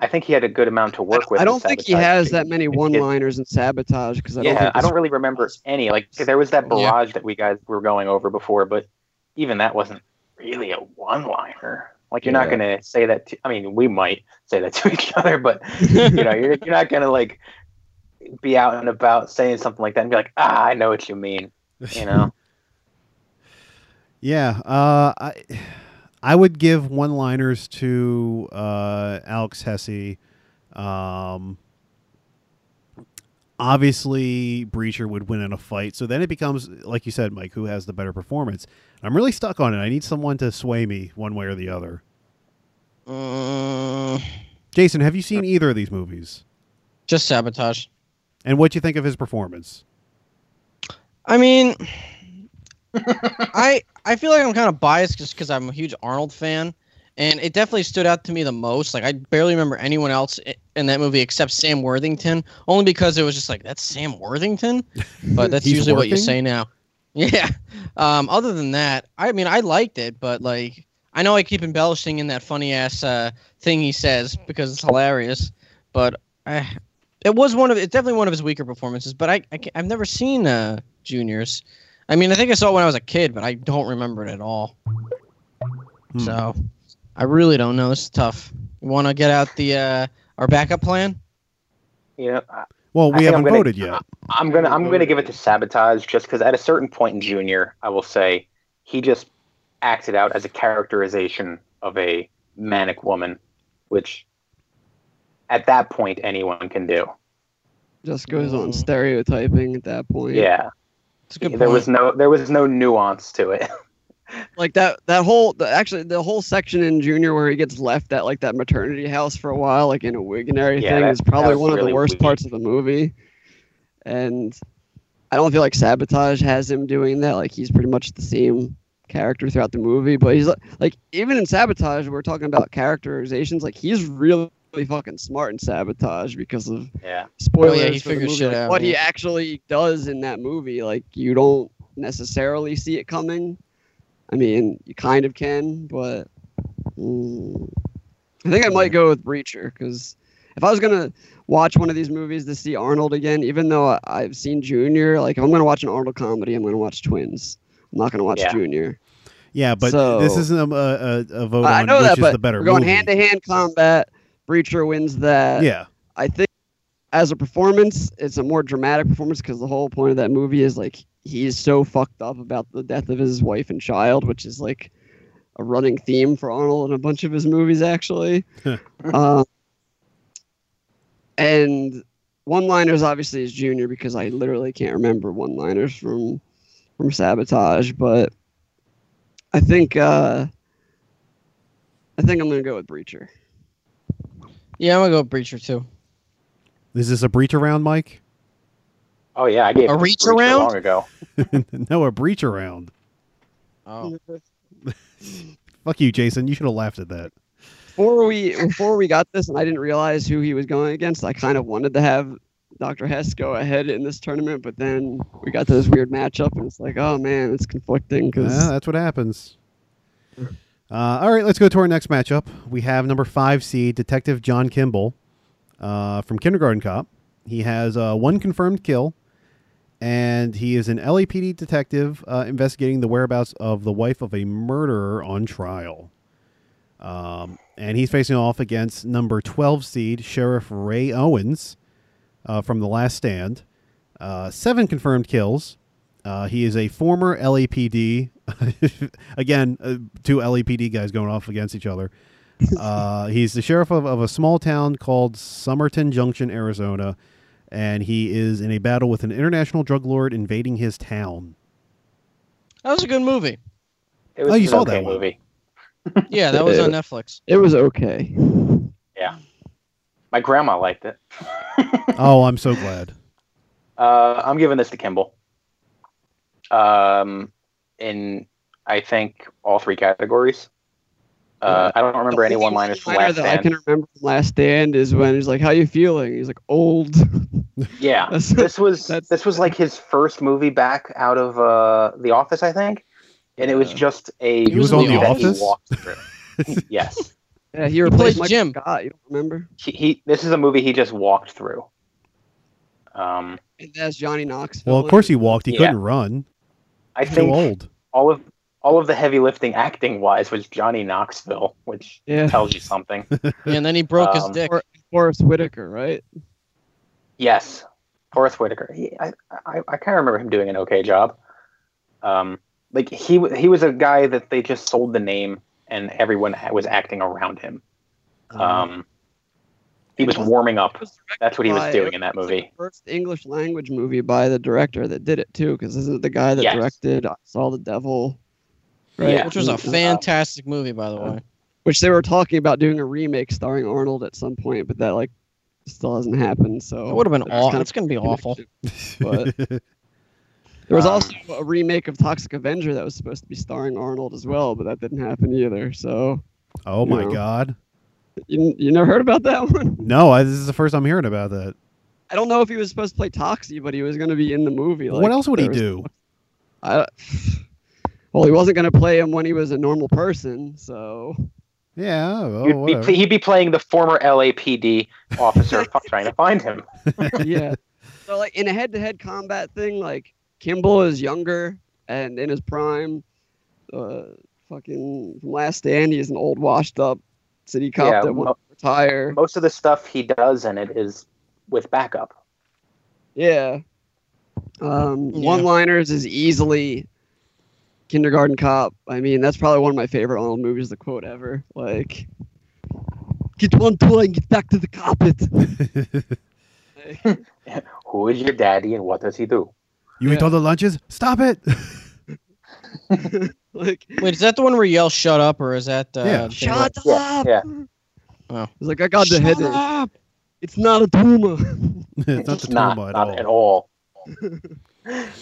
I think he had a good amount to I work don't- with. I in don't think he Sabotage, has too. that many It- it- one-liners in Sabotage because I don't. yeah, think I this- don't really remember any. Like there was that Yeah. barrage that we guys were going over before, but even that wasn't really a one-liner. Like you're not Yeah. gonna say that. To, I mean, we might say that to each other, but you know, you're you're not gonna like be out and about saying something like that and be like, ah, I know what you mean. You know, Yeah. Uh, I I would give one-liners to uh, Alex Hesse. Um, obviously, Breacher would win in a fight. So then it becomes, like you said, Mike, who has the better performance? I'm really stuck on it. I need someone to sway me one way or the other. Mm, Jason, have you Uh, seen either of these movies? just sabotage. And what do you think of his performance? I mean, I I feel like I'm kind of biased just because I'm a huge Arnold fan, and it definitely stood out to me the most. Like I barely remember anyone else i- in that movie except Sam Worthington, only because it was just like that's Sam Worthington. But that's He's usually what you working? say now. Yeah. Um, other than that, I mean, I liked it, but like I know I keep embellishing in that funny ass uh, thing he says because it's hilarious, but eh, I. It was one of it's definitely one of his weaker performances, but I, I have never seen uh, juniors. I mean, I think I saw it when I was a kid, but I don't remember it at all. Hmm. So I really don't know. This is tough. You want to get out the uh, our backup plan? you know, I- Well, I we think I'm haven't gonna- voted yet. I'm gonna I'm gonna give it to Sabotage just because at a certain point in Junior, I will say he just acted out as a characterization of a manic woman, which at that point anyone can do. Just goes on stereotyping at that point. Yeah, It's a good there point. was no there was no nuance to it. like that that whole the, actually the whole section in junior where he gets left at like that maternity house for a while like in a wig and everything that- is probably that was one of really the worst weak. parts of the movie and i don't feel like sabotage has him doing that like he's pretty much the same character throughout the movie but he's like, like even in sabotage we're talking about characterizations like he's really fucking smart in sabotage because of yeah, spoilers Oh, yeah, he for the figures movie, shit like, out, what he yeah. actually does in that movie like you don't necessarily see it coming i mean you kind of can but mm, i think i might go with breacher because if i was going to watch one of these movies to see arnold again even though I, i've seen junior like if i'm going to watch an arnold comedy i'm going to watch twins i'm not going to watch Yeah. junior Yeah, but So- this isn't a, a, a- a vote i I on know which that is but the better we're going movie. hand to hand combat breacher wins that yeah, I think as a performance, it's a more dramatic performance because the whole point of that movie is like he's so fucked up about the death of his wife and child, which is like a running theme for Arnold in a bunch of his movies, actually. uh, and one-liners obviously is Junior because I literally can't remember one-liners from from Sabotage, but I think uh, I think I'm gonna go with Breacher. Yeah, I'm gonna go with Breacher too. is this a breach around, Mike? oh yeah, I gave A it to reach Breacher around? long ago. no, a breach around. Oh, Fuck you, Jason. You should have laughed at that. before we before we got this and I didn't realize who he was going against, I kind of wanted to have Dr. Hess go ahead in this tournament, but then we got to this weird matchup and it's like, oh man, it's conflicting Yeah, because that's what happens. Uh, all right, let's go to our next matchup. We have number five seed Detective John Kimball uh, from Kindergarten Cop. He has uh, one confirmed kill, and he is an LAPD detective uh, investigating the whereabouts of the wife of a murderer on trial. Um, and he's facing off against number 12 seed Sheriff Ray Owens uh, from The Last Stand. Uh, seven confirmed kills, uh, he is a former LAPD. Again, uh, two LAPD guys going off against each other. Uh, he's the sheriff of, of a small town called Somerton Junction, Arizona, and he is in a battle with an international drug lord invading his town. that was a good movie. It was Oh, you an saw okay that one. movie. Yeah, that was on Netflix. it was okay. My grandma liked it. oh, I'm so glad. Uh, I'm giving this to Kimball. Um, in I think all three categories. Uh, I don't remember any The only one-liners from one-liner Last that I Stand. can remember from Last Stand is when he's like, "How you feeling?" He's like, "Old." Yeah, That's- this was That's- this was like his first movie back out of uh, the office, I think, and it was Yeah. just a He was on movie The that he Office? walked through. yes, yeah, he replaced plays Michael Jim. Scott. You don't remember? he, he. This is a movie he just walked through. Um, And that's Johnny Knoxville. Well, of course he walked. He Yeah. couldn't run. I He's too think old. all of all of the heavy lifting acting wise was Johnny Knoxville, which Yeah, tells you something. Yeah, and then he broke his Um, dick. or- Forrest Whitaker, right? yes, Horace Whitaker. He, I I, I kind of remember him doing an okay job. Um, like he wa- he was a guy that they just sold the name, and everyone ha- was acting around him. Um, he was warming It up. was That's what he was by- doing in that it was like movie. the first English language movie by the director that did it too, because this is the guy that Yes. directed I Saw the Devil, right? Yeah. Which was a Mm, fantastic movie, by the way. which they were talking about doing a remake starring Arnold at some point, but that like still hasn't happened. So That would have been there's awful. kind It's gonna be of awful. connection. But- There was Um, also a remake of Toxic Avenger that was supposed to be starring Arnold as well, but that didn't happen either. So oh my no. God. you, you never heard about that one? No, I, this is the first I'm hearing about that. I don't know if he was supposed to play Toxie, but he was going to be in the movie. Like, what else would he there was- do? I, well, he wasn't going to play him when he was a normal person, so Yeah. Well, You'd Oh, whatever. be, he'd be playing the former LAPD officer fi- trying to find him. yeah. So like in a head-to-head combat thing, like Kimball is younger and in his prime. Uh, fucking from Last Stand, he's an old, washed-up city cop Yeah, that won't retire. Most of the stuff he does in it is with backup. Yeah. Um, Yeah. One-liners is easily Kindergarten Cop. I mean, that's probably one of my favorite Arnold movies. The quote ever, like, "Get one toy and get back to the carpet." Like, Who is your daddy and what does he do? You eat all the lunches? Stop it. like, Wait, is that the one where you yell "Shut up" or is that? Uh, Yeah. the thing shut Yeah, up. yeah. Oh. He's like, I got the Shut headache. It's not a tumor. it's not the It's not, trauma at not all. at all.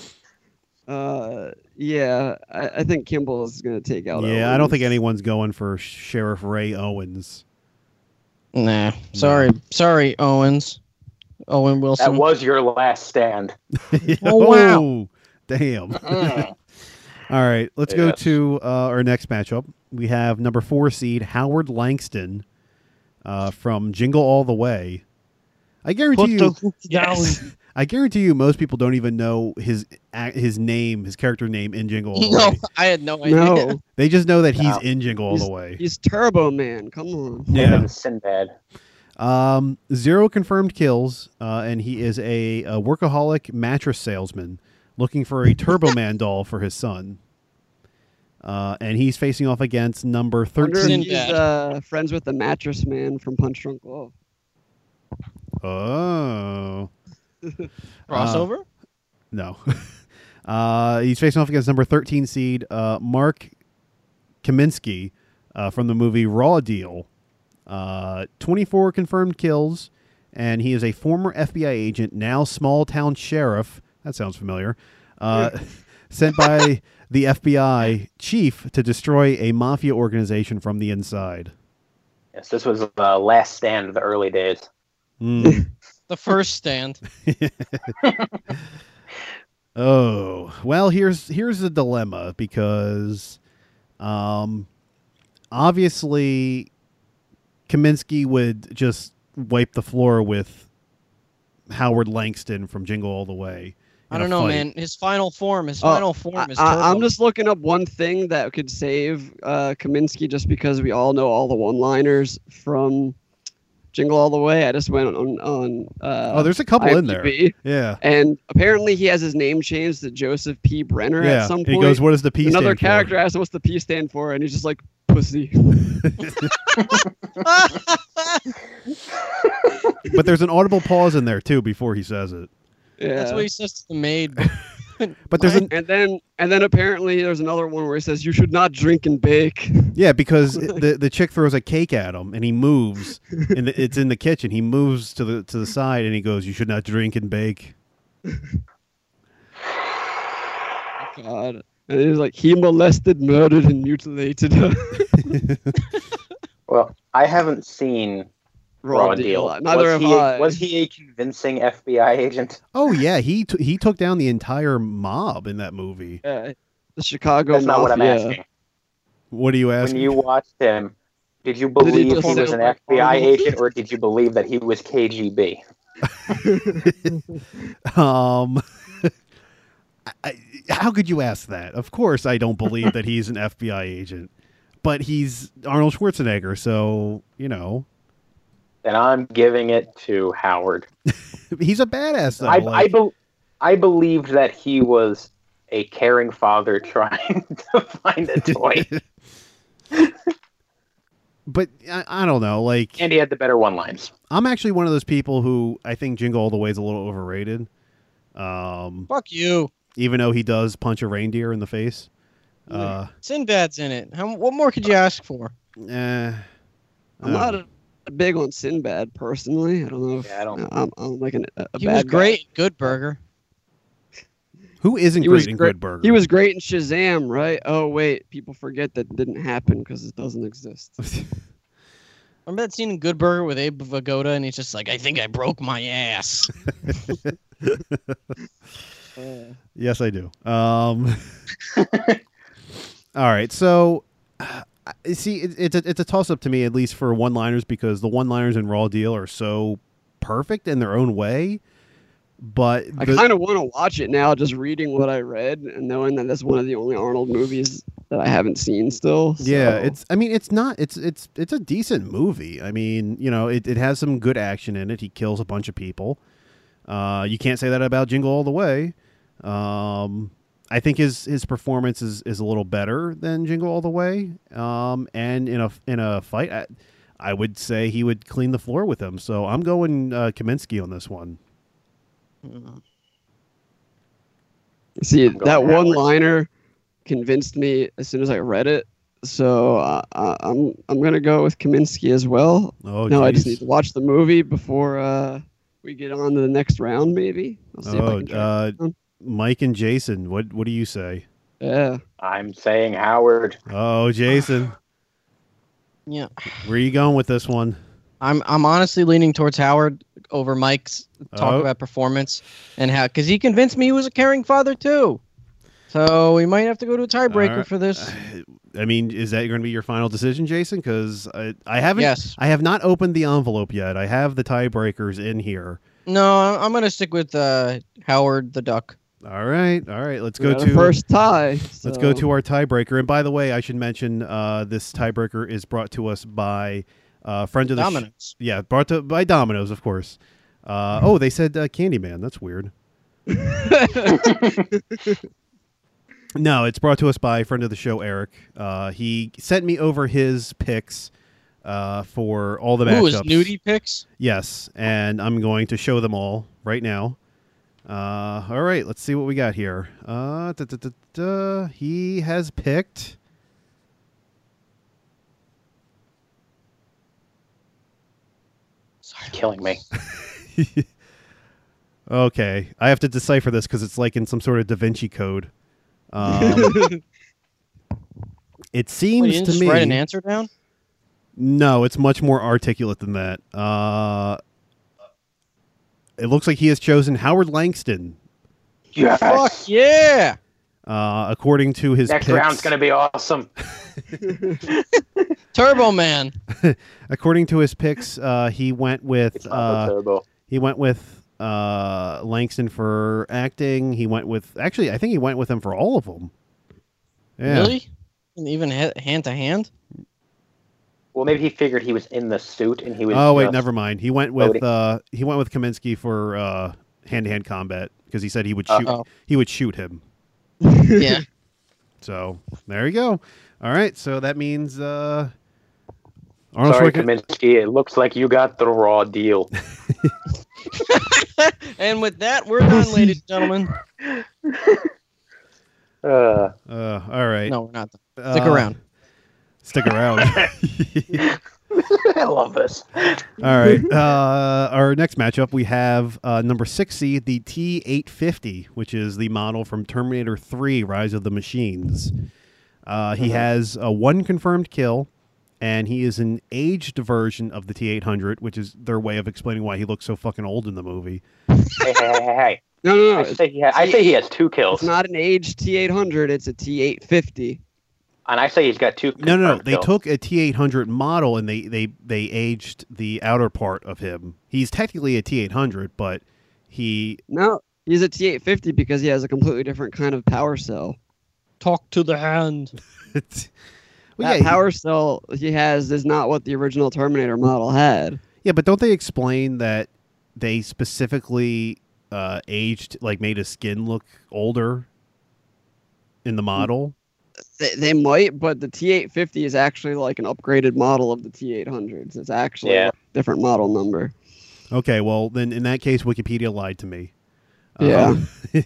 Uh, yeah, I, I think Kimball is gonna take out. Yeah, I don't think Owens. anyone's going for Sheriff Ray Owens. where- Nah. Sorry, sorry, Owens. Owen That Wilson. was your last stand. Oh, wow. Oh, Damn. Mm. All right, let's go Yes. to uh, our next matchup. We have number four seed Howard Langston uh, from Jingle All the Way. I guarantee Put you, the cookie down. Yes. I guarantee you, most people don't even know his ac- his name, his character name in Jingle All the no, Way. I had no idea. No, They just know that he's No. in Jingle All the Way. he's Turbo Man. Come on. Yeah. Him and Sinbad. Um, zero confirmed kills, uh, and he is a, a workaholic mattress salesman looking for a Turbo Man doll for his son. Uh, and he's facing off against number Wonder if thirteen. he's uh, friends with the mattress man from Punch Drunk Love. Oh Crossover. no, uh, he's facing off against number thirteen seed uh, Mark Kaminsky uh, from the movie Raw Deal. Uh, Twenty-four confirmed kills, and he is a former FBI agent, now small town sheriff. That sounds familiar. Uh, sent by the FBI chief to destroy a mafia organization from the inside. Yes, this was uh, last stand of the early days. Mm. The first stand. Oh well, here's here's the dilemma because, um, obviously, Kaminsky would just wipe the floor with Howard Langston from Jingle All the Way. in I a don't know, fight. man. His final form. His Oh, final form is. I, am Turbo. just looking up one thing that could save uh, Kaminsky, just because we all know all the one-liners from Jingle All the Way. I just went on on. Uh, Oh, there's a couple in there. IMDb, Yeah, And apparently, he has his name changed to Joseph P. Brenner yeah. at some point. He goes, "What does the P Another stand character asked him, "What's the P stand for?" And he's just like, "Pussy." for?" But there's an audible pause in there too before he says it. Yeah. That's what he says to the maid. But there's an and then and then apparently there's another one where he says you should not drink and bake. Yeah, because the the chick throws a cake at him, and he moves, and it's in the kitchen. He moves to the to the side, and he goes, "You should not drink and bake." God. And he's like, he molested, murdered, and mutilated her. Well, I haven't seen Raw, Deal. Neither was have he, a- I. Was he a convincing FBI agent? Oh yeah, he t- he took down the entire mob in that movie. Yeah. the Chicago That's not what I'm Mafia. asking. What do you ask? When you watched him, did you Did he believe just he sit was an like FBI Arnold? agent, or did you believe that he was KGB? um, I- I, how could you ask that? Of course, I don't believe that he's an FBI agent, but he's Arnold Schwarzenegger, so you know Then I'm giving it to Howard. he's a badass. Though. I, I, like- bel I believed that he was a caring father trying to find a toy, but I, I don't know, like and he had the better one lines. I'm actually one of those people who I think Jingle All the Way is a little overrated. Um, Fuck you. even though he does punch a reindeer in the face. Uh, Sinbad's in it. How, what more could you ask for? eh, I'm Uh, not a, big on Sinbad personally. I don't know if Yeah, I don't- I'm, I'm like an, a a he bad was guy. great in Good Burger. who isn't He was great in great- Good Burger? He was great in Shazam, right? Oh wait, people forget that didn't happen because it doesn't exist. Remember that scene in Good Burger with Abe Vigoda, and he's just like, "I think I broke my ass." Uh, yes, I do. Um, all right, so uh, I- see, it, it's a, it's a toss up to me at least for one liners because the one liners in Raw Deal are so perfect in their own way. But I the- kind of want to watch it now, just reading what I read and knowing that that's one of the only Arnold movies that I haven't seen still. Yeah, so- it's. I mean, it's not. It's it's it's a decent movie. I mean, you know, it, it has some good action in it. He kills a bunch of people. Uh, you can't say that about Jingle All the Way. Um, I think his his performance is, is a little better than Jingle All the Way. Um, and in a in a fight, I, I would say he would clean the floor with him. So I'm going uh, Kaminsky on this one. See, I'm going that that one way. liner convinced me as soon as I read it. So uh, I, I'm I'm gonna go with Kaminsky as well. Oh, no, I just jeez. need to watch the movie before uh, we get on to the next round. Maybe I'll see if I Oh, can track uh, it down. Mike and Jason, what what do you say? yeah. I'm saying Howard. Oh, Jason, Yeah, where are you going with this one? I'm I'm honestly leaning towards Howard over Mike's talk Oh. about performance and how because he convinced me he was a caring father too. So we might have to go to a tiebreaker Alright. for this. I mean, is that going to be your final decision, Jason? Because I, I haven't, Yes. I have not opened the envelope yet. I have the tiebreakers in here. No, I- I'm gonna stick with uh, Howard the Duck. All right, all right. Let's We go got a to first tie. Let's go so- to our tiebreaker. And by the way, I should mention uh, this tiebreaker is brought to us by uh, friend of the sh- Dominance. yeah, brought to by Domino's, of course. Uh, oh, they said uh, Candyman. That's weird. no, it's brought to us by friend of the show Eric. Uh, he sent me over his picks uh, for all the Who is matchups. nudie picks? Yes, and I'm going to show them all right now. Uh, all right, let's see what we got here. Uh, da, da, da, da. He has picked. You're killing me. okay, I have to decipher this because it's like in some sort of Da Vinci Code. Um, it Wait, seems you didn't to just me. write an answer down. No, it's much more articulate than that. Uh, it looks like he has chosen Howard Langston. Yes. Fuck yeah! Uh, according to his Next picks, round's gonna be awesome. Turbo Man. according to his picks, uh, he went with It's uh, turbo. He went with uh, Langston for acting. He went with actually, I think he went with him for all of them. Yeah. Really? And even hand to hand. Well, maybe he figured he was in the suit and he was. Oh wait, just- never mind. He went with voting. uh, he went with Kaminsky for uh, hand-to-hand combat because he said he would shoot Uh-oh. he would shoot him. yeah. So there you go. All right, so that means uh, Arnold Sorry, Schwarzenegger. Kaminsky. It looks like you got the raw deal. and with that, we're done, ladies and gentlemen. Uh, Uh, all right, No, we're not. Done. Stick Uh, around. Stick around. I love this. All right. Uh, our next matchup, we have uh, number 60, the T 850, which is the model from Terminator 3 Rise of the Machines. Uh, Uh-huh. he has uh, one confirmed kill, and he is an aged version of the T 800, which is their way of explaining why he looks so fucking old in the movie. Hey, hey, hey, hey, hey. No, no, no. I It's, say he has, I say he has two kills, it's not an aged T800. It's a T850. and I say he's got two. No, no, no. confirmed They kills. took a T 800 model and they, they, they aged the outer part of him. He's technically a T 800, but he. No, he's a T850 because he has a completely different kind of power cell. Talk to the hand. well, that yeah, he- power cell he has is not what the original Terminator model had. Yeah, but don't they explain that they specifically uh, aged, like made his skin look older in the model? They, they might, but the T850 is actually like an upgraded model of the T800s. It's actually Yeah. a different model number. Okay, well then in that case, Wikipedia lied to me. Yeah. Um,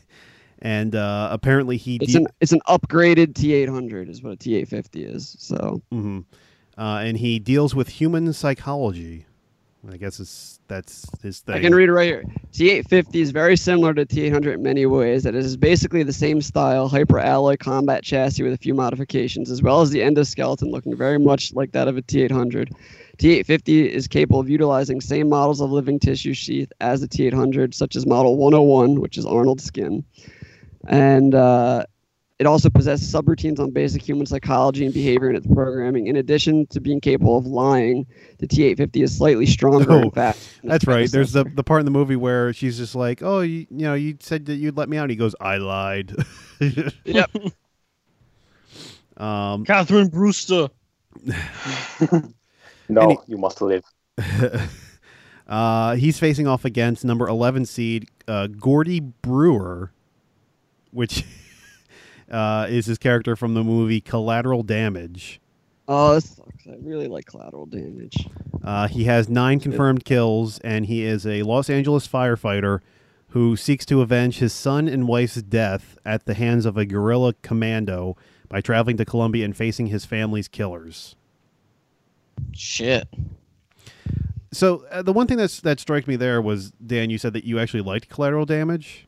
and uh, apparently he It's de- an it's an upgraded T800 is what a T850 is. So Mhm. uh, and he deals with human psychology. I guess it's that's his thing. I can read it right here. T850 is very similar to T800 in many ways. That it is basically the same style, hyper alloy combat chassis with a few modifications, as well as the endoskeleton looking very much like that of a T800. T850 is capable of utilizing same models of living tissue sheath as the T800, such as Model 101, which is Arnold's skin, and uh, it also possesses subroutines on basic human psychology and behavior in its programming. In addition to being capable of lying, the T850 is slightly stronger. Oh, in fact, than its That's right. There's the predecessor. the part in the movie where she's just like, "Oh, you, you know, you said that you'd let me out." And he goes, "I lied." Yep. um, Catherine Brewster. No, any- you must live. uh, he's facing off against number 11 seed uh, Gordy Brewer, which uh, is his character from the movie Collateral Damage. Oh, this sucks. I really like collateral damage. Uh, he has nine confirmed kills, and he is a Los Angeles firefighter who seeks to avenge his son and wife's death at the hands of a guerrilla commando by traveling to Colombia and facing his family's killers. Shit. So uh, the one thing that's that struck me there was Dan. You said that you actually liked Collateral Damage.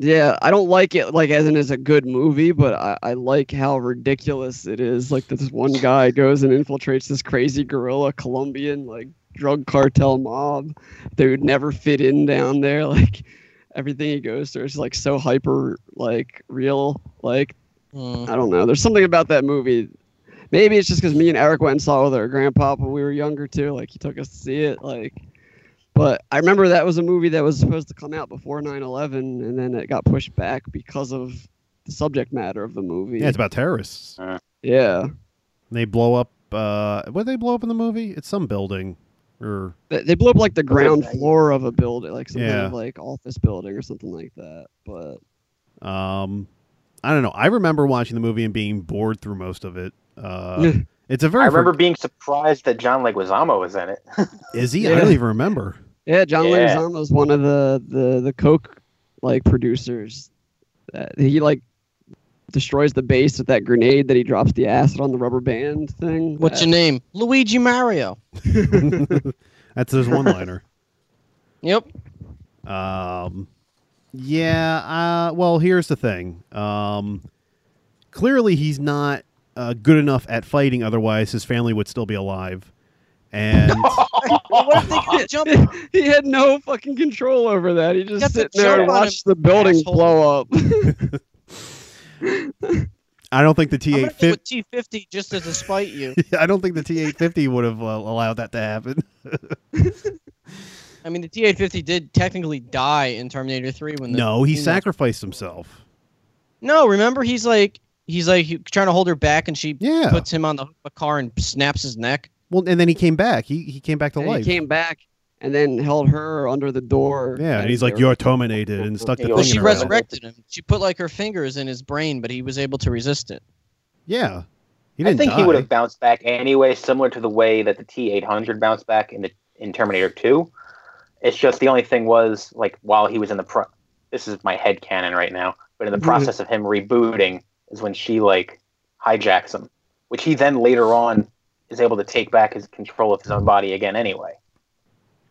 Yeah, I don't like it like as in it's a good movie, but I, I like how ridiculous it is. Like that this one guy goes and infiltrates this crazy guerrilla Colombian like drug cartel mob. They would never fit in down there. Like everything he goes through is like so hyper like real. Like Mm. I don't know. There's something about that movie. Maybe it's just because me and Eric went and saw it with our grandpa when we were younger too. Like he took us to see it. Like, but I remember that was a movie that was supposed to come out before 9/11, and then it got pushed back because of the subject matter of the movie. Yeah, it's about terrorists. yeah. They blow up. Uh, what did they blow up in the movie? It's some building, or They, they blew up like the ground floor of a building, like some kind Yeah. of like office building or something like that. But um, I don't know. I remember watching the movie and being bored through most of it. Uh, it's a very. I remember being surprised that John Leguizamo was in it. Is he? I Yeah. don't even remember. yeah, John Yeah. Leguizamo is one of the the the Coke like producers. That he like destroys the base with that grenade that he drops the acid on the rubber band thing. What's that, your name? Luigi Mario. That's his one liner. Yep. Um, yeah. Uh, well, here's the thing. Um, clearly, he's not uh, good enough at fighting. Otherwise, his family would still be alive. And What if they get to jump? he had no fucking control over that. He just got the sit there and jump on watch the building asshole. blow up. I don't think the T I'm eight gonna do a T50 just to despite you. I don't think the T eight fifty would have uh, allowed that to happen. I mean, the T850 did technically die in Terminator 3 when the No, he female- sacrificed himself. No, remember he's like he's like he- trying to hold her back, and she Yeah. puts him on the hook of a car and snaps his neck. Well, and then he came back. He he came back to And he life. came back and then held her under the door. yeah, and he's like, your. "You're terminated," and stuck the Well, Well, thing she in her eye. resurrected him. She put like her fingers in his brain, but he was able to resist it. Yeah, he I didn't think die. he would have bounced back anyway, similar to the way that the T eight hundred bounced back in the in Terminator two. It's just the only thing was like while he was in the pro, this is my head canon right now, but in Mm-hmm. the Mhm. process of him rebooting is when she like hijacks him, which he then later on is able to take back his control of his own body again anyway.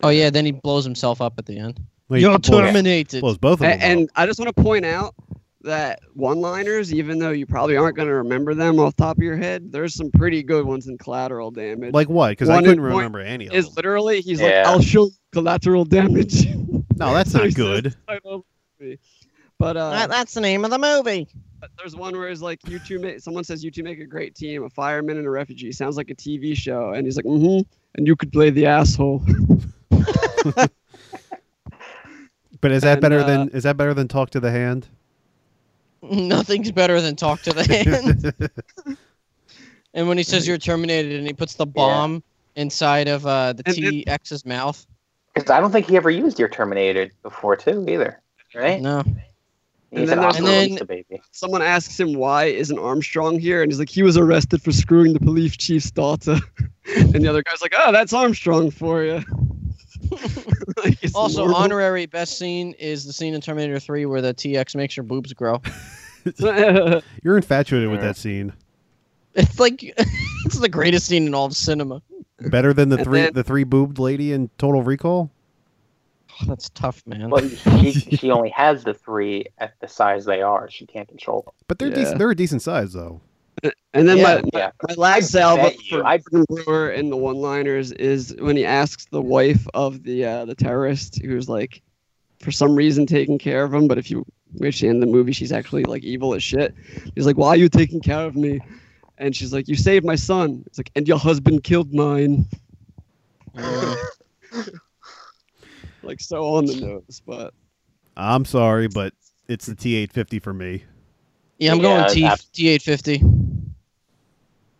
Oh yeah, then he blows himself up at the end. Well, he You're blows- terminated. blows both of A- them. And, up. I just want to point out that one-liners, even though you probably aren't going to remember them off the top of your head, there's some pretty good ones in Collateral Damage. like what? Because I one couldn't point remember any of them. is literally he's Yeah. like, "I'll show you Collateral Damage." No, that's So he not says good. the title of the movie. But uh, that's the name of the movie. there's one where it's like you two make someone says you two make a great team, a fireman and a refugee. Sounds like a TV show, and he's like, "Mm-hmm." And you could play the asshole. But is that And, better uh, than is that better than talk to the hand? Nothing's better than talk to the hand. and when he says you're terminated, and he puts the bomb inside of uh, the And TX's mouth. Because I don't think he ever used your Terminator before too either, right? No, He's an And then- awesome and pizza baby. Someone asks him why isn't Armstrong here, and he's like, he was arrested for screwing the police chief's daughter. and the other guy's like, oh, that's Armstrong for you. like, it's Also, normal. honorary best scene is the scene in Terminator 3 where the TX makes your boobs grow. You're infatuated with Yeah. that scene. It's like it's the greatest scene in all of cinema. Better than the And three then- the three boobed lady in Total Recall. Oh, that's tough, man. Well, she, she only has the three at the size they are. She can't control them. But they're Yeah. decent. They're a decent size though. and then Yeah. my, Yeah. my last salvo bet you. for I- Gordon Brewer in the one-liners is when he asks the wife of the uh, the terrorist who's like, for some reason, taking care of him. But if you wish in the movie, she's actually like evil as shit. He's like, why are you taking care of me? And she's like, you saved my son. It's like, and your husband killed mine. Yeah. Like so on the nose, but I'm sorry, but it's the T eight fifty for me. Yeah, I'm Yeah, going T ab- T eight fifty.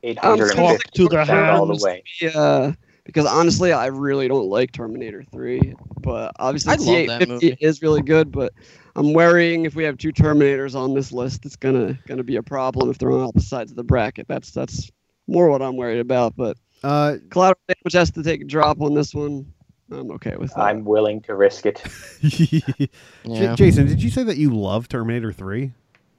talk 850 to the all the hands. way. yeah, because honestly, I really don't like Terminator Three, but obviously I love that movie. T850 is really good. But I'm worrying if we have two Terminators on this list, it's gonna gonna be a problem if they're on opposite sides of the bracket. That's that's more what I'm worried about. But Uh, collateral damage has to take a drop on this one. I'm okay with that. I'm willing to risk it. J- Yeah. Jason, did you say that you love Terminator 3?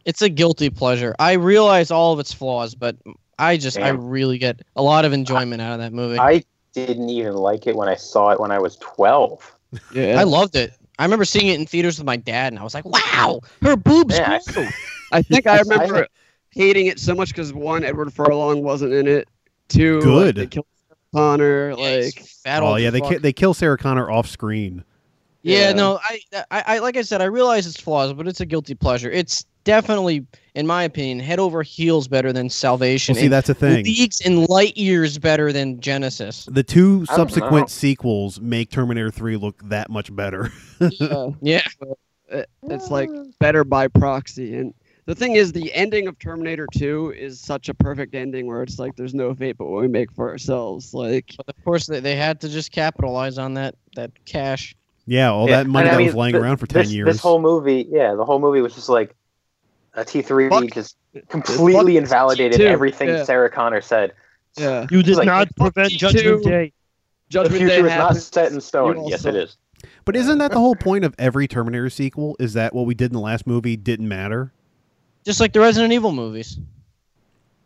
It's a guilty pleasure. I realize all of its flaws, but I just I Damn. really get a lot of enjoyment out of that movie. I, I didn't even like it when I saw it when I was 12. yeah, loved it. I remember seeing it in theaters with my dad, and I was like, "Wow, her boobs!" Yeah, I- grew." I think I remember I- hating it so much because one, Edward Furlong wasn't in it. Two, Good. Like, they killed Connor. Yeah, he's Like, fat Oh old yeah, they fuck. ki- they kill Sarah Connor off screen. Yeah, Yeah. no, I, I, I, like I said, I realize its flaws, but it's a guilty pleasure. It's definitely, in my opinion, head over heels better than Salvation. Well, see, and that's the thing. Leagues and light years better than Genesis. The two don't know. subsequent sequels make Terminator 3 look that much better. uh, Yeah, it's like better by proxy. And the thing is, the ending of Terminator 2 is such a perfect ending where it's like there's no fate but what we make for ourselves. Like, but of course they, they had to just capitalize on that that cash. yeah, all Yeah, that money and I that mean, was laying th- around for 10 this, years. This whole movie, yeah, the whole movie was just like a T3 Fuck. just completely invalidated T2, everything yeah. Sarah Connor said. yeah, You did Like, not fuck prevent you Judgment too. Day. The Judgment Day future is not happens. set in stone. You Yes, also- it is. but isn't that the whole point of every Terminator sequel is that what we did in the last movie didn't matter? Just like the Resident Evil movies.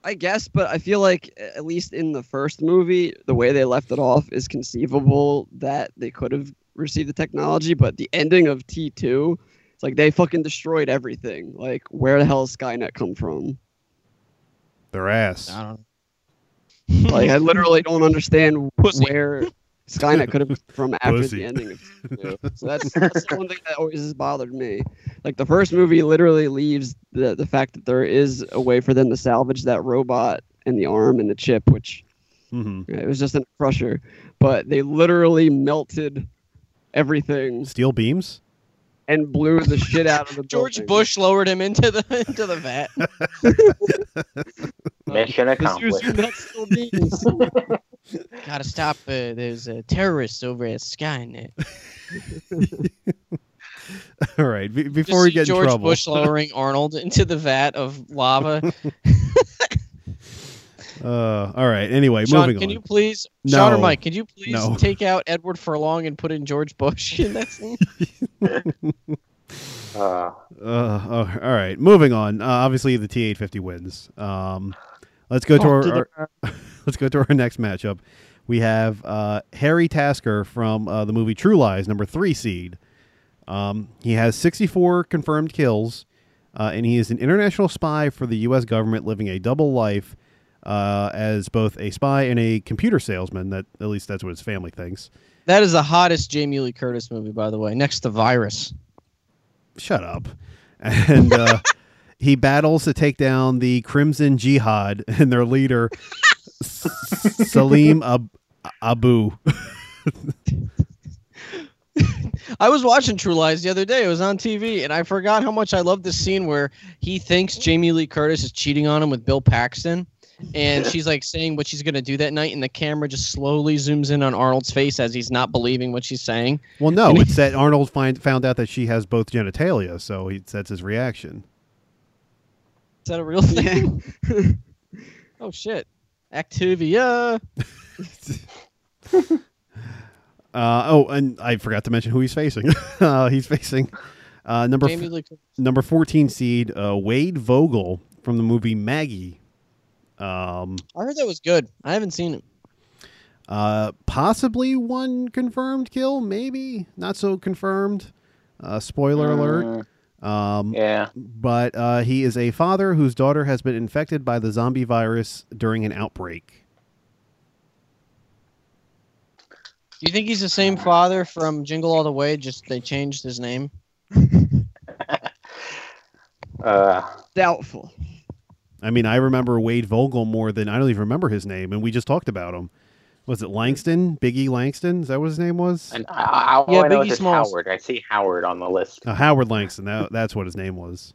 I guess, but I feel like a- at least in the first movie, the way they left it off is conceivable that they could have received the technology, but the ending of T2, it's like they fucking destroyed everything. Like, where the hell does Skynet come from? Their ass. I don't know. Like, I literally don't understand Pussy. where Skynet could have come from after Pussy. the ending of T2. So that's, that's the one thing that always has bothered me. Like, the first movie literally leaves the, the fact that there is a way for them to salvage that robot and the arm and the chip, which Mhm. Yeah, It was just in a crusher, but they literally melted everything Steel beams? and blew the shit out of the George building. Bush lowered him into the into the vat. Mission Because accomplished. you melt steel beams. Gotta stop. Uh, there's uh, terrorists over at Skynet. all right, be- Just before we see get George in trouble. Bush lowering Arnold into the vat of lava. Uh, all right. Anyway, Sean, moving can on. you please, Sean or No. Mike, can you please No. take out Edward Furlong and put in George Bush in that scene? Uh, Uh, oh, all right, moving on. Uh, obviously, the T eight fifty wins. Um, let's go to Fuck our, to the our- let's go to our next matchup. We have uh, Harry Tasker from uh, the movie True Lies, number three seed. Um, he has sixty four confirmed kills, uh, and he is an international spy for the U.S. government, living a double life uh, as both a spy and a computer salesman. That at least that's what his family thinks. that is the hottest Jamie Lee Curtis movie, by the way, next to Virus. shut up. And uh, he battles to take down the Crimson Jihad and their leader, S- Salim Ab- Abu. I was watching True Lies the other day. It was on TV, and I forgot how much I love this scene where he thinks Jamie Lee Curtis is cheating on him with Bill Paxton. And she's like saying what she's going to do that night, and the camera just slowly zooms in on Arnold's face as he's not believing what she's saying. Well, no, it's that Arnold find, found out that she has both genitalia, so he, that's his reaction. Is that a real thing? Yeah. Oh, shit. Activia. Uh, oh, and I forgot to mention who he's facing. uh, he's facing uh, number Jamie Lee Curtis. number 14 seed uh, Wade Vogel from the movie Maggie. Um, I heard that was good. I haven't seen it. Uh, possibly one confirmed kill, maybe not so confirmed. Uh, spoiler alert. mm, Um, Yeah. but uh, he is a father whose daughter has been infected by the zombie virus during an outbreak. Do you think he's the same father from Jingle All the Way? Just they changed his name. Uh, Doubtful. I mean, I remember Wade Vogel more than I don't even remember his name, and we just talked about him. Was it Langston? Biggie Langston? Is that what his name was? and I, I, all Yeah, I know Biggie is it's Smalls. Howard. I see Howard on the list. Uh, Howard Langston. That, that's what his name was.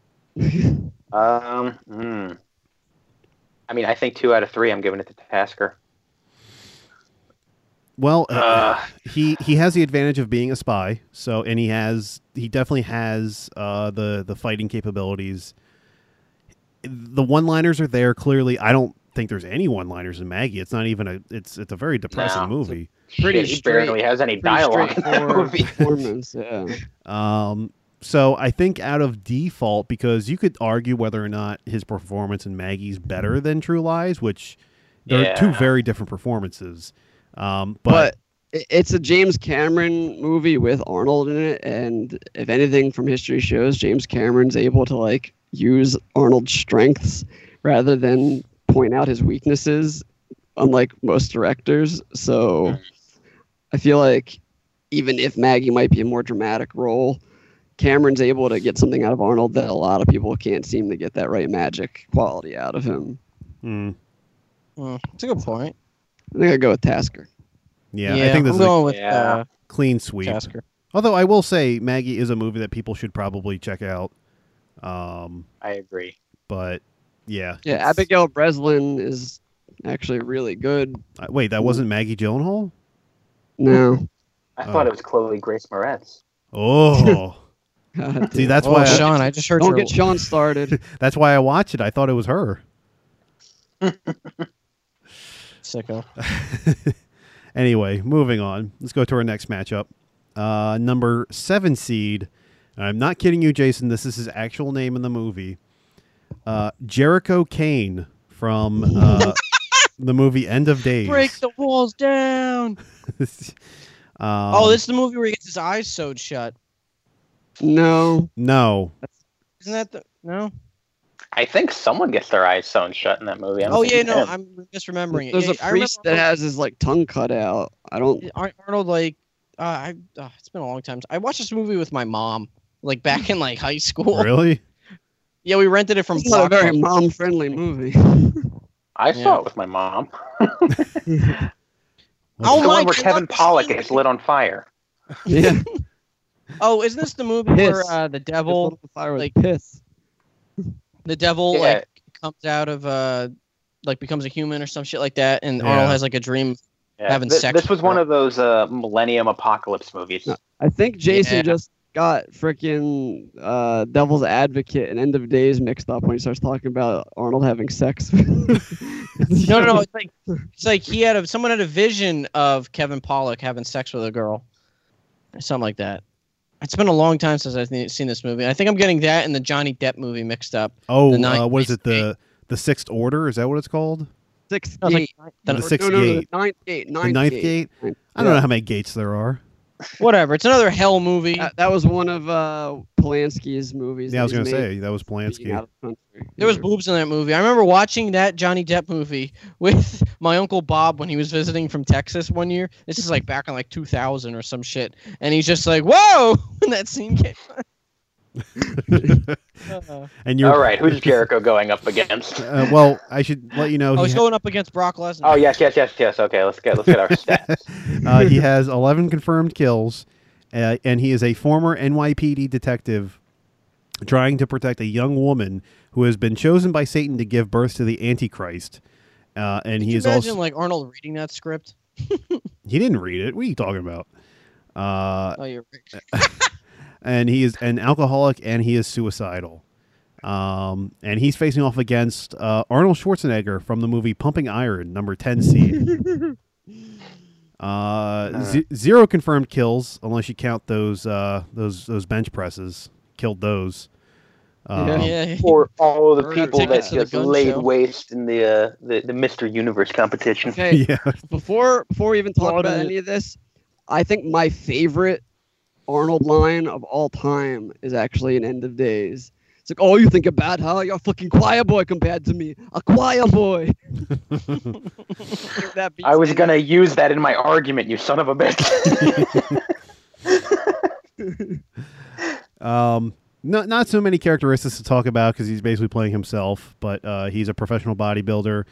Um, hmm. I mean, I think two out of three. I'm giving it to Tasker. Well, Uh, he he has the advantage of being a spy so and he has he definitely has uh the the fighting capabilities the one liners are there clearly i don't think there's any one liners in maggie it's not even a it's it's a very depressing No. movie Pretty Shit, he barely has any dialogue in that movie. performance. Yeah. Um, so I think out of default, because you could argue whether or not his performance in Maggie's better than True Lies, which they're Yeah. two very different performances. Um, but, but, i it's a James Cameron movie with Arnold in it, and if anything from history shows, James Cameron's able to like use Arnold's strengths rather than point out his weaknesses, unlike most directors. So I feel like even if Maggie might be a more dramatic role, Cameron's able to get something out of Arnold that a lot of people can't seem to get that right magic quality out of him. mm, Mm, It's a good point. I think I go with Tasker. yeah, I think this I'm is going with Yeah. uh, a clean sweep. Tasker. Although I will say Maggie is a movie that people should probably check out. Um, I agree. but yeah, Yeah, it's- Abigail Breslin is actually really good. uh, wait, that wasn't Maggie Gyllenhaal. No, I Oh. thought it was Chloe Grace Moretz. Oh, God, see, dude. that's oh, why I, Sean, I just heard don't your get Sean started. that's why I watched it. I thought it was her. sicko. Anyway, moving on. Let's go to our next matchup. Uh, number seven seed. and I'm not kidding you, Jason. This is his actual name in the movie. Uh, Jericho Kane from uh, the movie End of Days. Break the walls down. Um, oh, this is the movie where he gets his eyes sewed shut. No, No, Isn't that the no? I think someone gets their eyes sewn shut in that movie. I don't Oh think yeah, it's no, him. I'm misremembering it. there's Yeah, a priest I that remember has his like tongue cut out. I don't. Ar- Arnold like uh, I uh, it's been a long time. I watched this movie with my mom like back in like high school. really? Yeah, we rented it from It's not a very Blockbuster. mom-friendly movie. I Yeah. saw it with my mom. Oh It's the my one where God, Kevin what the Pollock scene- gets lit on fire. yeah, Oh, isn't this the movie where Piss. uh, the devil fire with like- piss. the devil Yeah. like comes out of uh like becomes a human or some shit like that and Yeah. Arnold has like a dream. Yeah. Having Th- sex This with was her. one of those uh, Millennium Apocalypse movies. No. I think Jason Yeah. just got frickin' uh, Devil's Advocate and End of Days mixed up when he starts talking about Arnold having sex. No, no, no. It's like it's like he had a someone had a vision of Kevin Pollock having sex with a girl, or something like that. It's been a long time since I've seen this movie. I think I'm getting that and the Johnny Depp movie mixed up. Oh, The ninth uh, what is Beast it? The the Sixth Order? Is that what it's called? Sixth I was like, uh, gate. The- the Or- sixth no, no, no, gate. ninth gate. the Ninth, Ninth Gate. I don't Yeah. know how many gates there are. Whatever. It's another hell movie. That, that was one of uh, Polanski's movies. Yeah, I was that gonna he's made say that was being Polanski. out of the country. There was Yeah. boobs in that movie. I remember watching that Johnny Depp movie with my uncle Bob when he was visiting from Texas one year. This is like back in like 2000 or some shit, and he's just like, "Whoa!" when that scene came. Uh, And you're All right, who's Jericho going up against? Uh, well, I should let you know. I he was ha- going up against Brock Lesnar. Oh yes, yes, yes, yes. Okay, let's get let's get our stats. uh, he has 11 confirmed kills, uh, and he is a former NYPD detective trying to protect a young woman who has been chosen by Satan to give birth to the Antichrist. Uh, and Could he you is imagine also like Arnold reading that script. he didn't read it. What are you talking about? Uh, Oh, you're right. and he is an alcoholic and he is suicidal. Um, and he's facing off against uh, Arnold Schwarzenegger from the movie Pumping Iron, number 10 seed. uh, ze- zero confirmed kills, unless you count those uh, those those bench presses. Killed those. Um, Yeah. yeah. For all the Or people that tickets to the just gun laid show. waste in the, uh, the the Mr. Universe competition. Okay, yeah. before before we even talk Lot about of- any of this, I think my favorite Arnold line of all time is actually an End of Days. It's like, oh, you think about how you're a fucking choir boy compared to me, a choir boy. that beats I was any- gonna use that in my argument, you son of a bitch. Um, not not so many characteristics to talk about because he's basically playing himself. But uh, he's a professional bodybuilder,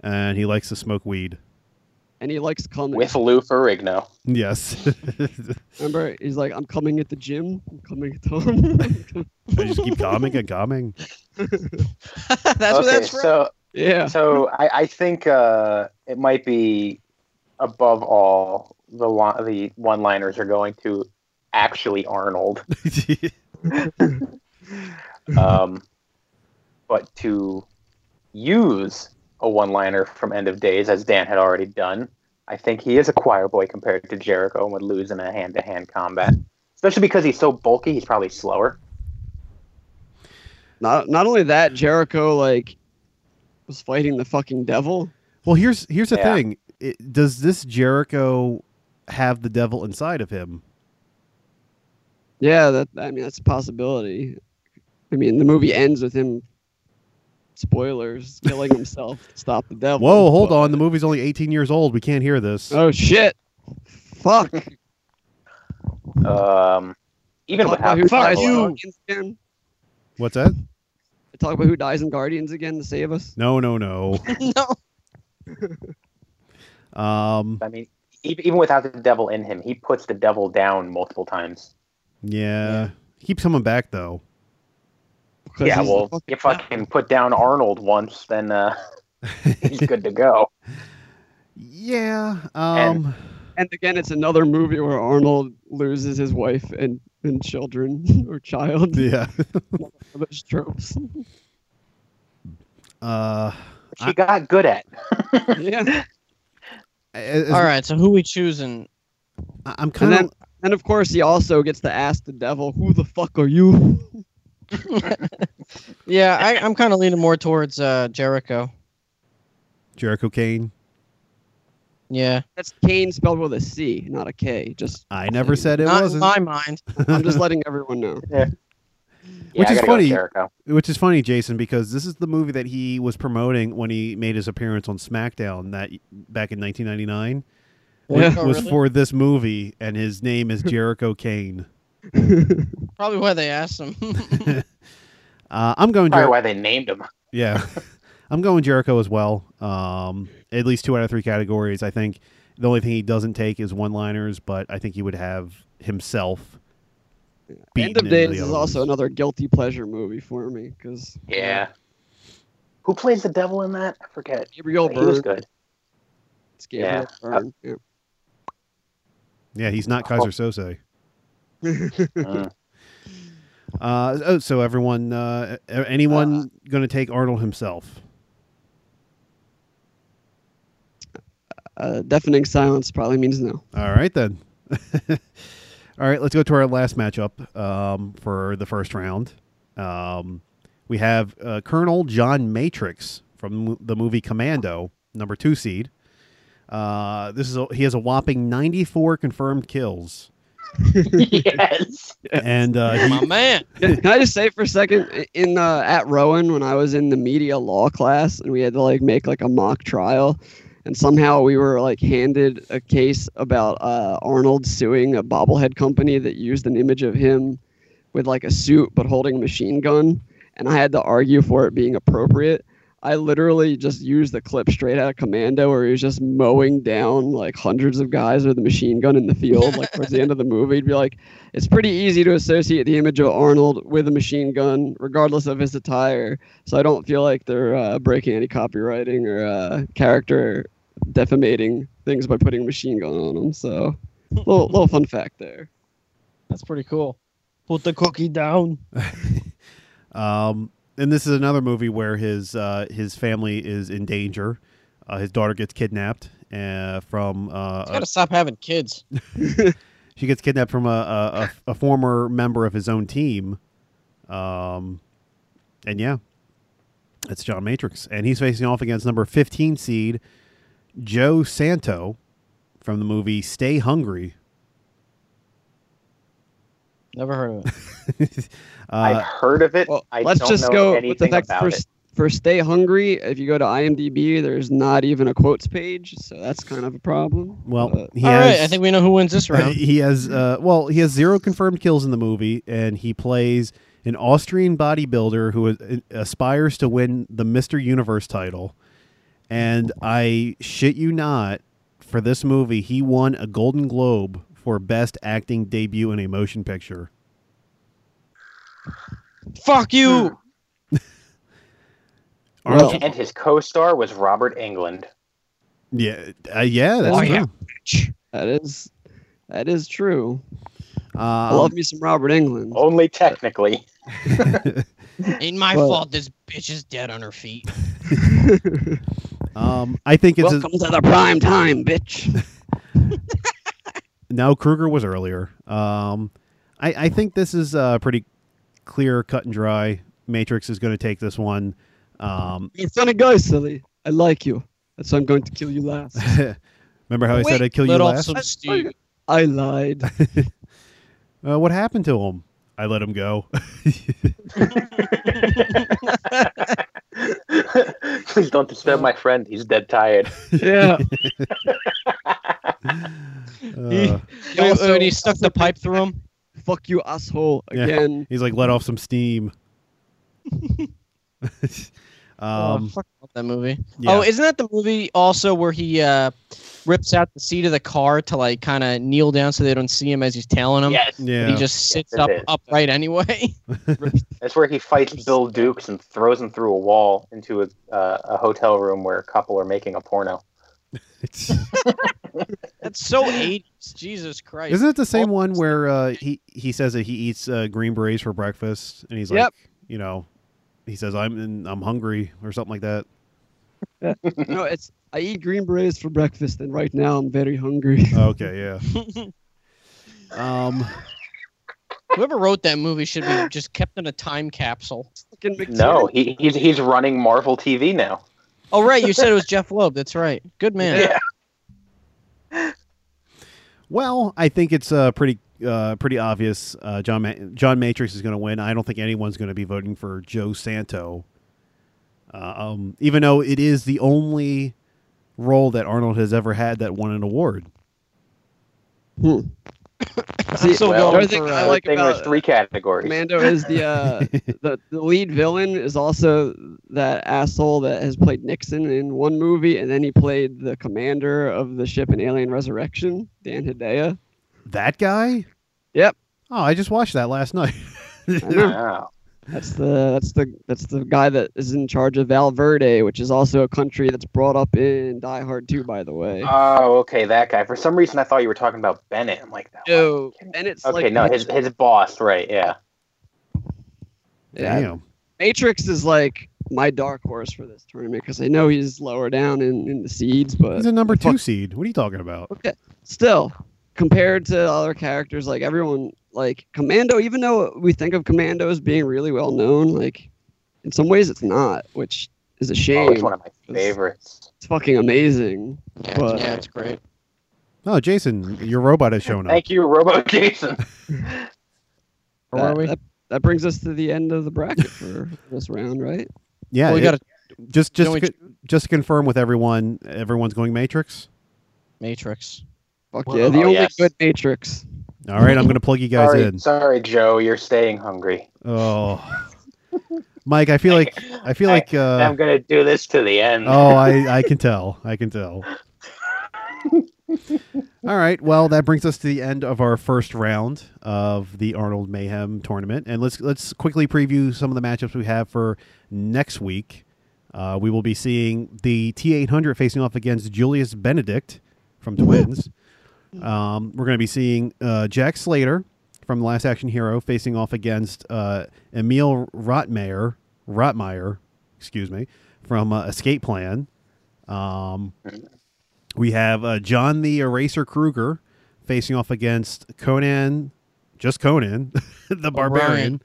and he likes to smoke weed. and he likes coming. With Lou Ferrigno. Yes, Remember, he's like, I'm coming at the gym. I'm coming at home. I just keep calming and calming. that's what okay, that's from. so yeah. so I, I think uh, it might be above all the li- the one liners are going to actually Arnold. um, but to use a one liner from End of Days, as Dan had already done, I think he is a choir boy compared to Jericho and would lose in a hand to hand combat. Especially because he's so bulky, he's probably slower. Not not only that, Jericho like was fighting the fucking devil. Well, here's here's the Yeah. thing. It, does this Jericho have the devil inside of him? Yeah, that I mean that's a possibility. I mean the movie ends with him spoilers killing himself to stop the devil. Whoa, hold but- on. The movie's only 18 years old. We can't hear this. Oh shit. Fuck. Um, even Talk with about how who how dies in low- Guardians again. What's that? Talk about who dies in Guardians again to save us. No, no, no. no. Um, I mean, even, even without the devil in him, he puts the devil down multiple times. yeah. Keep someone back though. 'Cause Yeah, he's the well, fucking- if I can put down Arnold once, then uh, he's good to go. Yeah. Um, and again, it's another movie where Arnold loses his wife and, and children or child. yeah. Those tropes. Uh, Which he got good at. yeah. as- All right, so who we choosing? I- I'm And kind then, of and of course, he also gets to ask the devil, "Who the fuck are you?" Yeah, I, I'm kind of leaning more towards uh, Jericho. Jericho Kane. Yeah, That's Kane spelled with a C, not a K. Just I never said it not in wasn't. my mind. I'm just letting everyone know. Yeah, Which I is gotta go with funny. Jericho. Which is funny, Jason, because this is the movie that he was promoting when he made his appearance on SmackDown that back in 1999. Yeah. Oh, was really? for this movie, and his name is Jericho Kane. Probably why they asked him. Uh, I'm going. Probably Jer- why they named him. yeah, I'm going Jericho as well. Um, at least two out of three categories. I think the only thing he doesn't take is one-liners, but I think he would have himself. beaten End of in Days the is other also ones. another guilty pleasure movie for me because Yeah. Who plays the devil in that? I forget. Gabriel he was Byrne. good. It's Gabriel Yeah. Byrne. Yeah. Yeah, he's not Kaiser Sose. Mm. Uh, oh, so everyone, uh, a- anyone going to take Arnold himself? Uh, deafening silence probably means no. All right then. All right, let's go to our last matchup um, for the first round. Um, we have uh, Colonel John Matrix from mo- the movie Commando, number two seed. Uh, this is a, he has a whopping 94 confirmed kills, yes. and uh, he- My man. Can can I just say for a second, in uh, at Rowan when I was in the media law class and we had to like make like a mock trial, and somehow we were like handed a case about uh, Arnold suing a bobblehead company that used an image of him with like a suit but holding a machine gun, and I had to argue for it being appropriate. I literally just used the clip straight out of Commando where he was just mowing down like hundreds of guys with a machine gun in the field. Like towards the end of the movie, he'd be like, it's pretty easy to associate the image of Arnold with a machine gun, regardless of his attire. So I don't feel like they're uh, breaking any copywriting or uh, character defamating things by putting a machine gun on them. So, little, little fun fact there. That's pretty cool. Put the cookie down. Um, and this is another movie where his uh, his family is in danger. Uh, his daughter gets kidnapped uh, from uh, Gotta stop having kids. she gets kidnapped from a, a, a, a former member of his own team. Um, and yeah, it's John Matrix, and he's facing off against number fifteen seed Joe Santo from the movie Stay Hungry. Never heard of it. I've Uh, heard of it. Well, I let's don't just know go with the anything fact about for, it. s- for Stay Hungry, if you go to IMDb, there's not even a quotes page. So that's kind of a problem. well, But he All right, has, I think we know who wins this round. he has uh, well he has zero confirmed kills in the movie and he plays an austrian bodybuilder who is- aspires to win the mr universe title and i shit you not for this movie he won a golden globe for best acting debut in a motion picture Fuck you. Well- Arnold- And his co-star was Robert England. yeah uh, yeah that's Oh, true yeah. that is that is true. I Um, love me some Robert England. Only technically. Ain't my Well- fault this bitch is dead on her feet. Um, I think it's a- Welcome to the prime time, bitch. No, Kruger was earlier. Um, I, I think this is uh, pretty clear, cut and dry. Matrix is going to take this one. Um, You're a funny guy, silly. I like you. That's why I'm going to kill you last. remember how I said Wait, I'd kill you let off last? some steam. I lied. Uh, what happened to him? I let him go. Please don't disturb my friend. He's dead tired. yeah. Uh, Yo, Also- and he stuck the pipe through him. Fuck you, asshole. Yeah. Again. he's like, let off some steam. oh, um, fuck Oh, love that movie. yeah. Oh, isn't that the movie also where he uh, rips out the seat of the car to like kind of kneel down so they don't see him as he's tailing Um, him? Yes. yeah. But he just sits it up is. upright anyway. That's where he fights Bill Dukes and throws him through a wall into a, uh, a hotel room where a couple are making a porno. That's so 80s. Jesus Christ. Isn't it the same All- one where uh, he he says that he eats uh, green berets for breakfast, and he's like, Yep. you know, he says I'm in, I'm hungry or something like that. No, it's I eat green berets for breakfast, and right now I'm very hungry. Oh, Okay, yeah. um, Whoever wrote that movie should be just kept in a time capsule. Fucking McTiernan. No, he, he's he's running Marvel TV now. Oh, right. You said it was Jeff Loeb. That's right. Good man. Yeah. well, I think it's uh, pretty uh, pretty obvious. Uh, John Ma- John Matrix is going to win. I don't think anyone's going to be voting for Joe Santo. Uh, um, even though it is the only role that Arnold has ever had that won an award. Hmm. See, so well, another thing for, I uh, like thing, about there's three categories. Commando is the uh, the the lead villain is also that asshole that has played Nixon in one movie, and then he played the commander of the ship in Alien Resurrection, Dan Hedaya. That guy? Yep. Oh, I just watched that last night. I know. Wow. That's the that's the that's the guy that is in charge of Valverde, which is also a country that's brought up in Die Hard 2, by the way. Oh, okay, that guy. For some reason, I thought you were talking about Bennett. I'm like, that. No, and it's okay, like no, his his boss, right? Yeah. yeah, Damn. Matrix is like my dark horse for this tournament because I know he's lower down in, in the seeds, but He's a number two seed. What are you talking about? still compared to other characters, like everyone, like Commando, even though we think of Commando as being really well known, like in some ways it's not, which is a Oh, shame. it's one of my favorites. it's fucking amazing. Yeah, But- yeah, it's great. Oh, Jason, your robot has shown up. Thank you, Robo Jason. Where that, are we? That, that brings us to the end of the bracket for this round, right? Yeah, well, we it- got a just just don't to co- just to confirm with everyone, everyone's going Matrix. Matrix. Fuck Well, yeah, the oh, only yes. good Matrix. All right, I'm going to plug you guys sorry, in. sorry, Joe, you're staying hungry. Oh, Mike, I feel like I feel like I'm uh, gonna do this to the end. oh, I I can tell, I can tell. All right, well, that brings us to the end of our first round of the Arnold Mayhem tournament, and let's let's quickly preview some of the matchups we have for next week. Uh, we will be seeing the T800 facing off against Julius Benedict from Twins. Um, we're going to be seeing uh, Jack Slater from Last Action Hero facing off against uh, Emil Rotmeyer, Rotmeyer, excuse me, from uh, Escape Plan. Um, we have uh, John the Eraser Kruger facing off against Conan, just Conan, the Barbarian.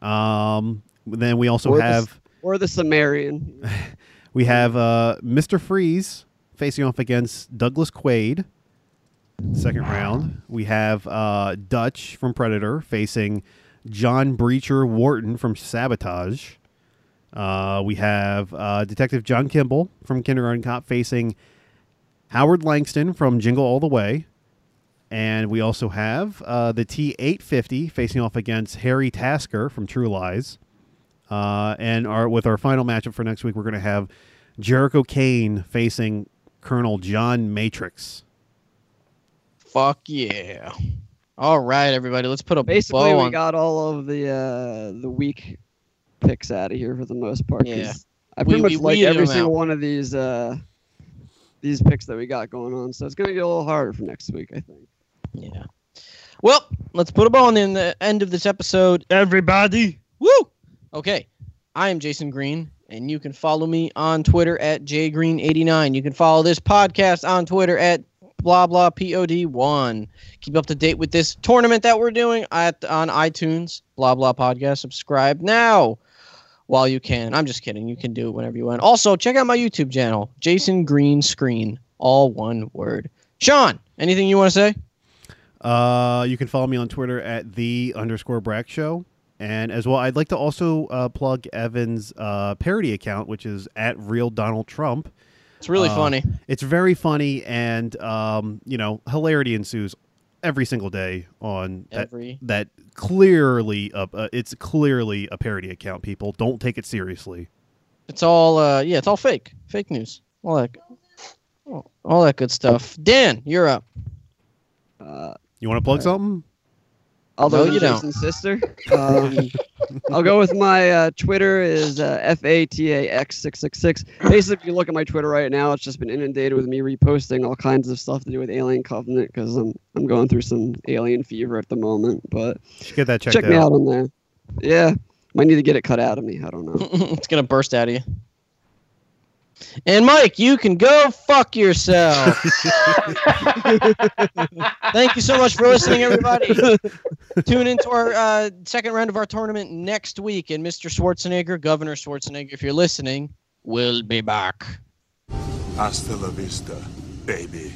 Um, then we also Or the have Or the Sumerian. we have uh, Mr. Freeze facing off against Douglas Quaid. Second round. We have uh, Dutch from Predator facing John Breacher Wharton from Sabotage. Uh, we have uh, Detective John Kimball from Kindergarten Cop facing Howard Langston from Jingle All the Way. And we also have uh, the T 850 facing off against Harry Tasker from True Lies. Uh, and our with our final matchup for next week, we're going to have Jericho Kane facing Colonel John Matrix. Fuck yeah. All right, everybody. Let's put a Basically, bow we on got all of the uh, the weak picks out of here for the most part. 'cause Yeah. I pretty We- much we like weeded every them single out. one of these uh, these picks that we got going on. So it's gonna get a little harder for next week, I think. Yeah. Well, let's put a ball in the end of this episode. Everybody. Woo! Okay. I am Jason Green, And you can follow me on Twitter at jgreen89. You can follow this podcast on Twitter at blah blah pod1. Keep up to date with this tournament that we're doing at on iTunes. Blah blah podcast. Subscribe now while you can. I'm just kidding. You can do it whenever you want. Also, check out my YouTube channel, Jason Green Screen, all one word. Sean, anything you want to say? Uh, you can follow me on Twitter at the underscore Brack Show. And as well, I'd like to also uh, plug Evan's uh, parody account, which is at Real Donald Trump. It's really Uh, funny. It's very funny, and um, you know, hilarity ensues every single day on that, Every that clearly a, uh, it's clearly a parody account. People don't take it seriously. it's all uh yeah, it's all fake. Fake news. All that all- all that good stuff. Dan, you're up. Uh, You want to plug something? although No, you don't. Jason's sister. Um, I'll go with my uh, Twitter is uh, f a t a x six six six. Basically, if you look at my Twitter right now, it's just been inundated with me reposting all kinds of stuff to do with Alien Covenant because I'm I'm going through some alien fever at the moment. But You should get that checked check me out on there. Yeah, might need to get it cut out of me. I don't know. it's gonna burst out of you. And Mike, you can go fuck yourself. Thank you so much for listening, everybody. Tune into our uh, second round of our tournament next week. And Mr. Schwarzenegger, Governor Schwarzenegger, if you're listening, will be back. Hasta la vista, baby.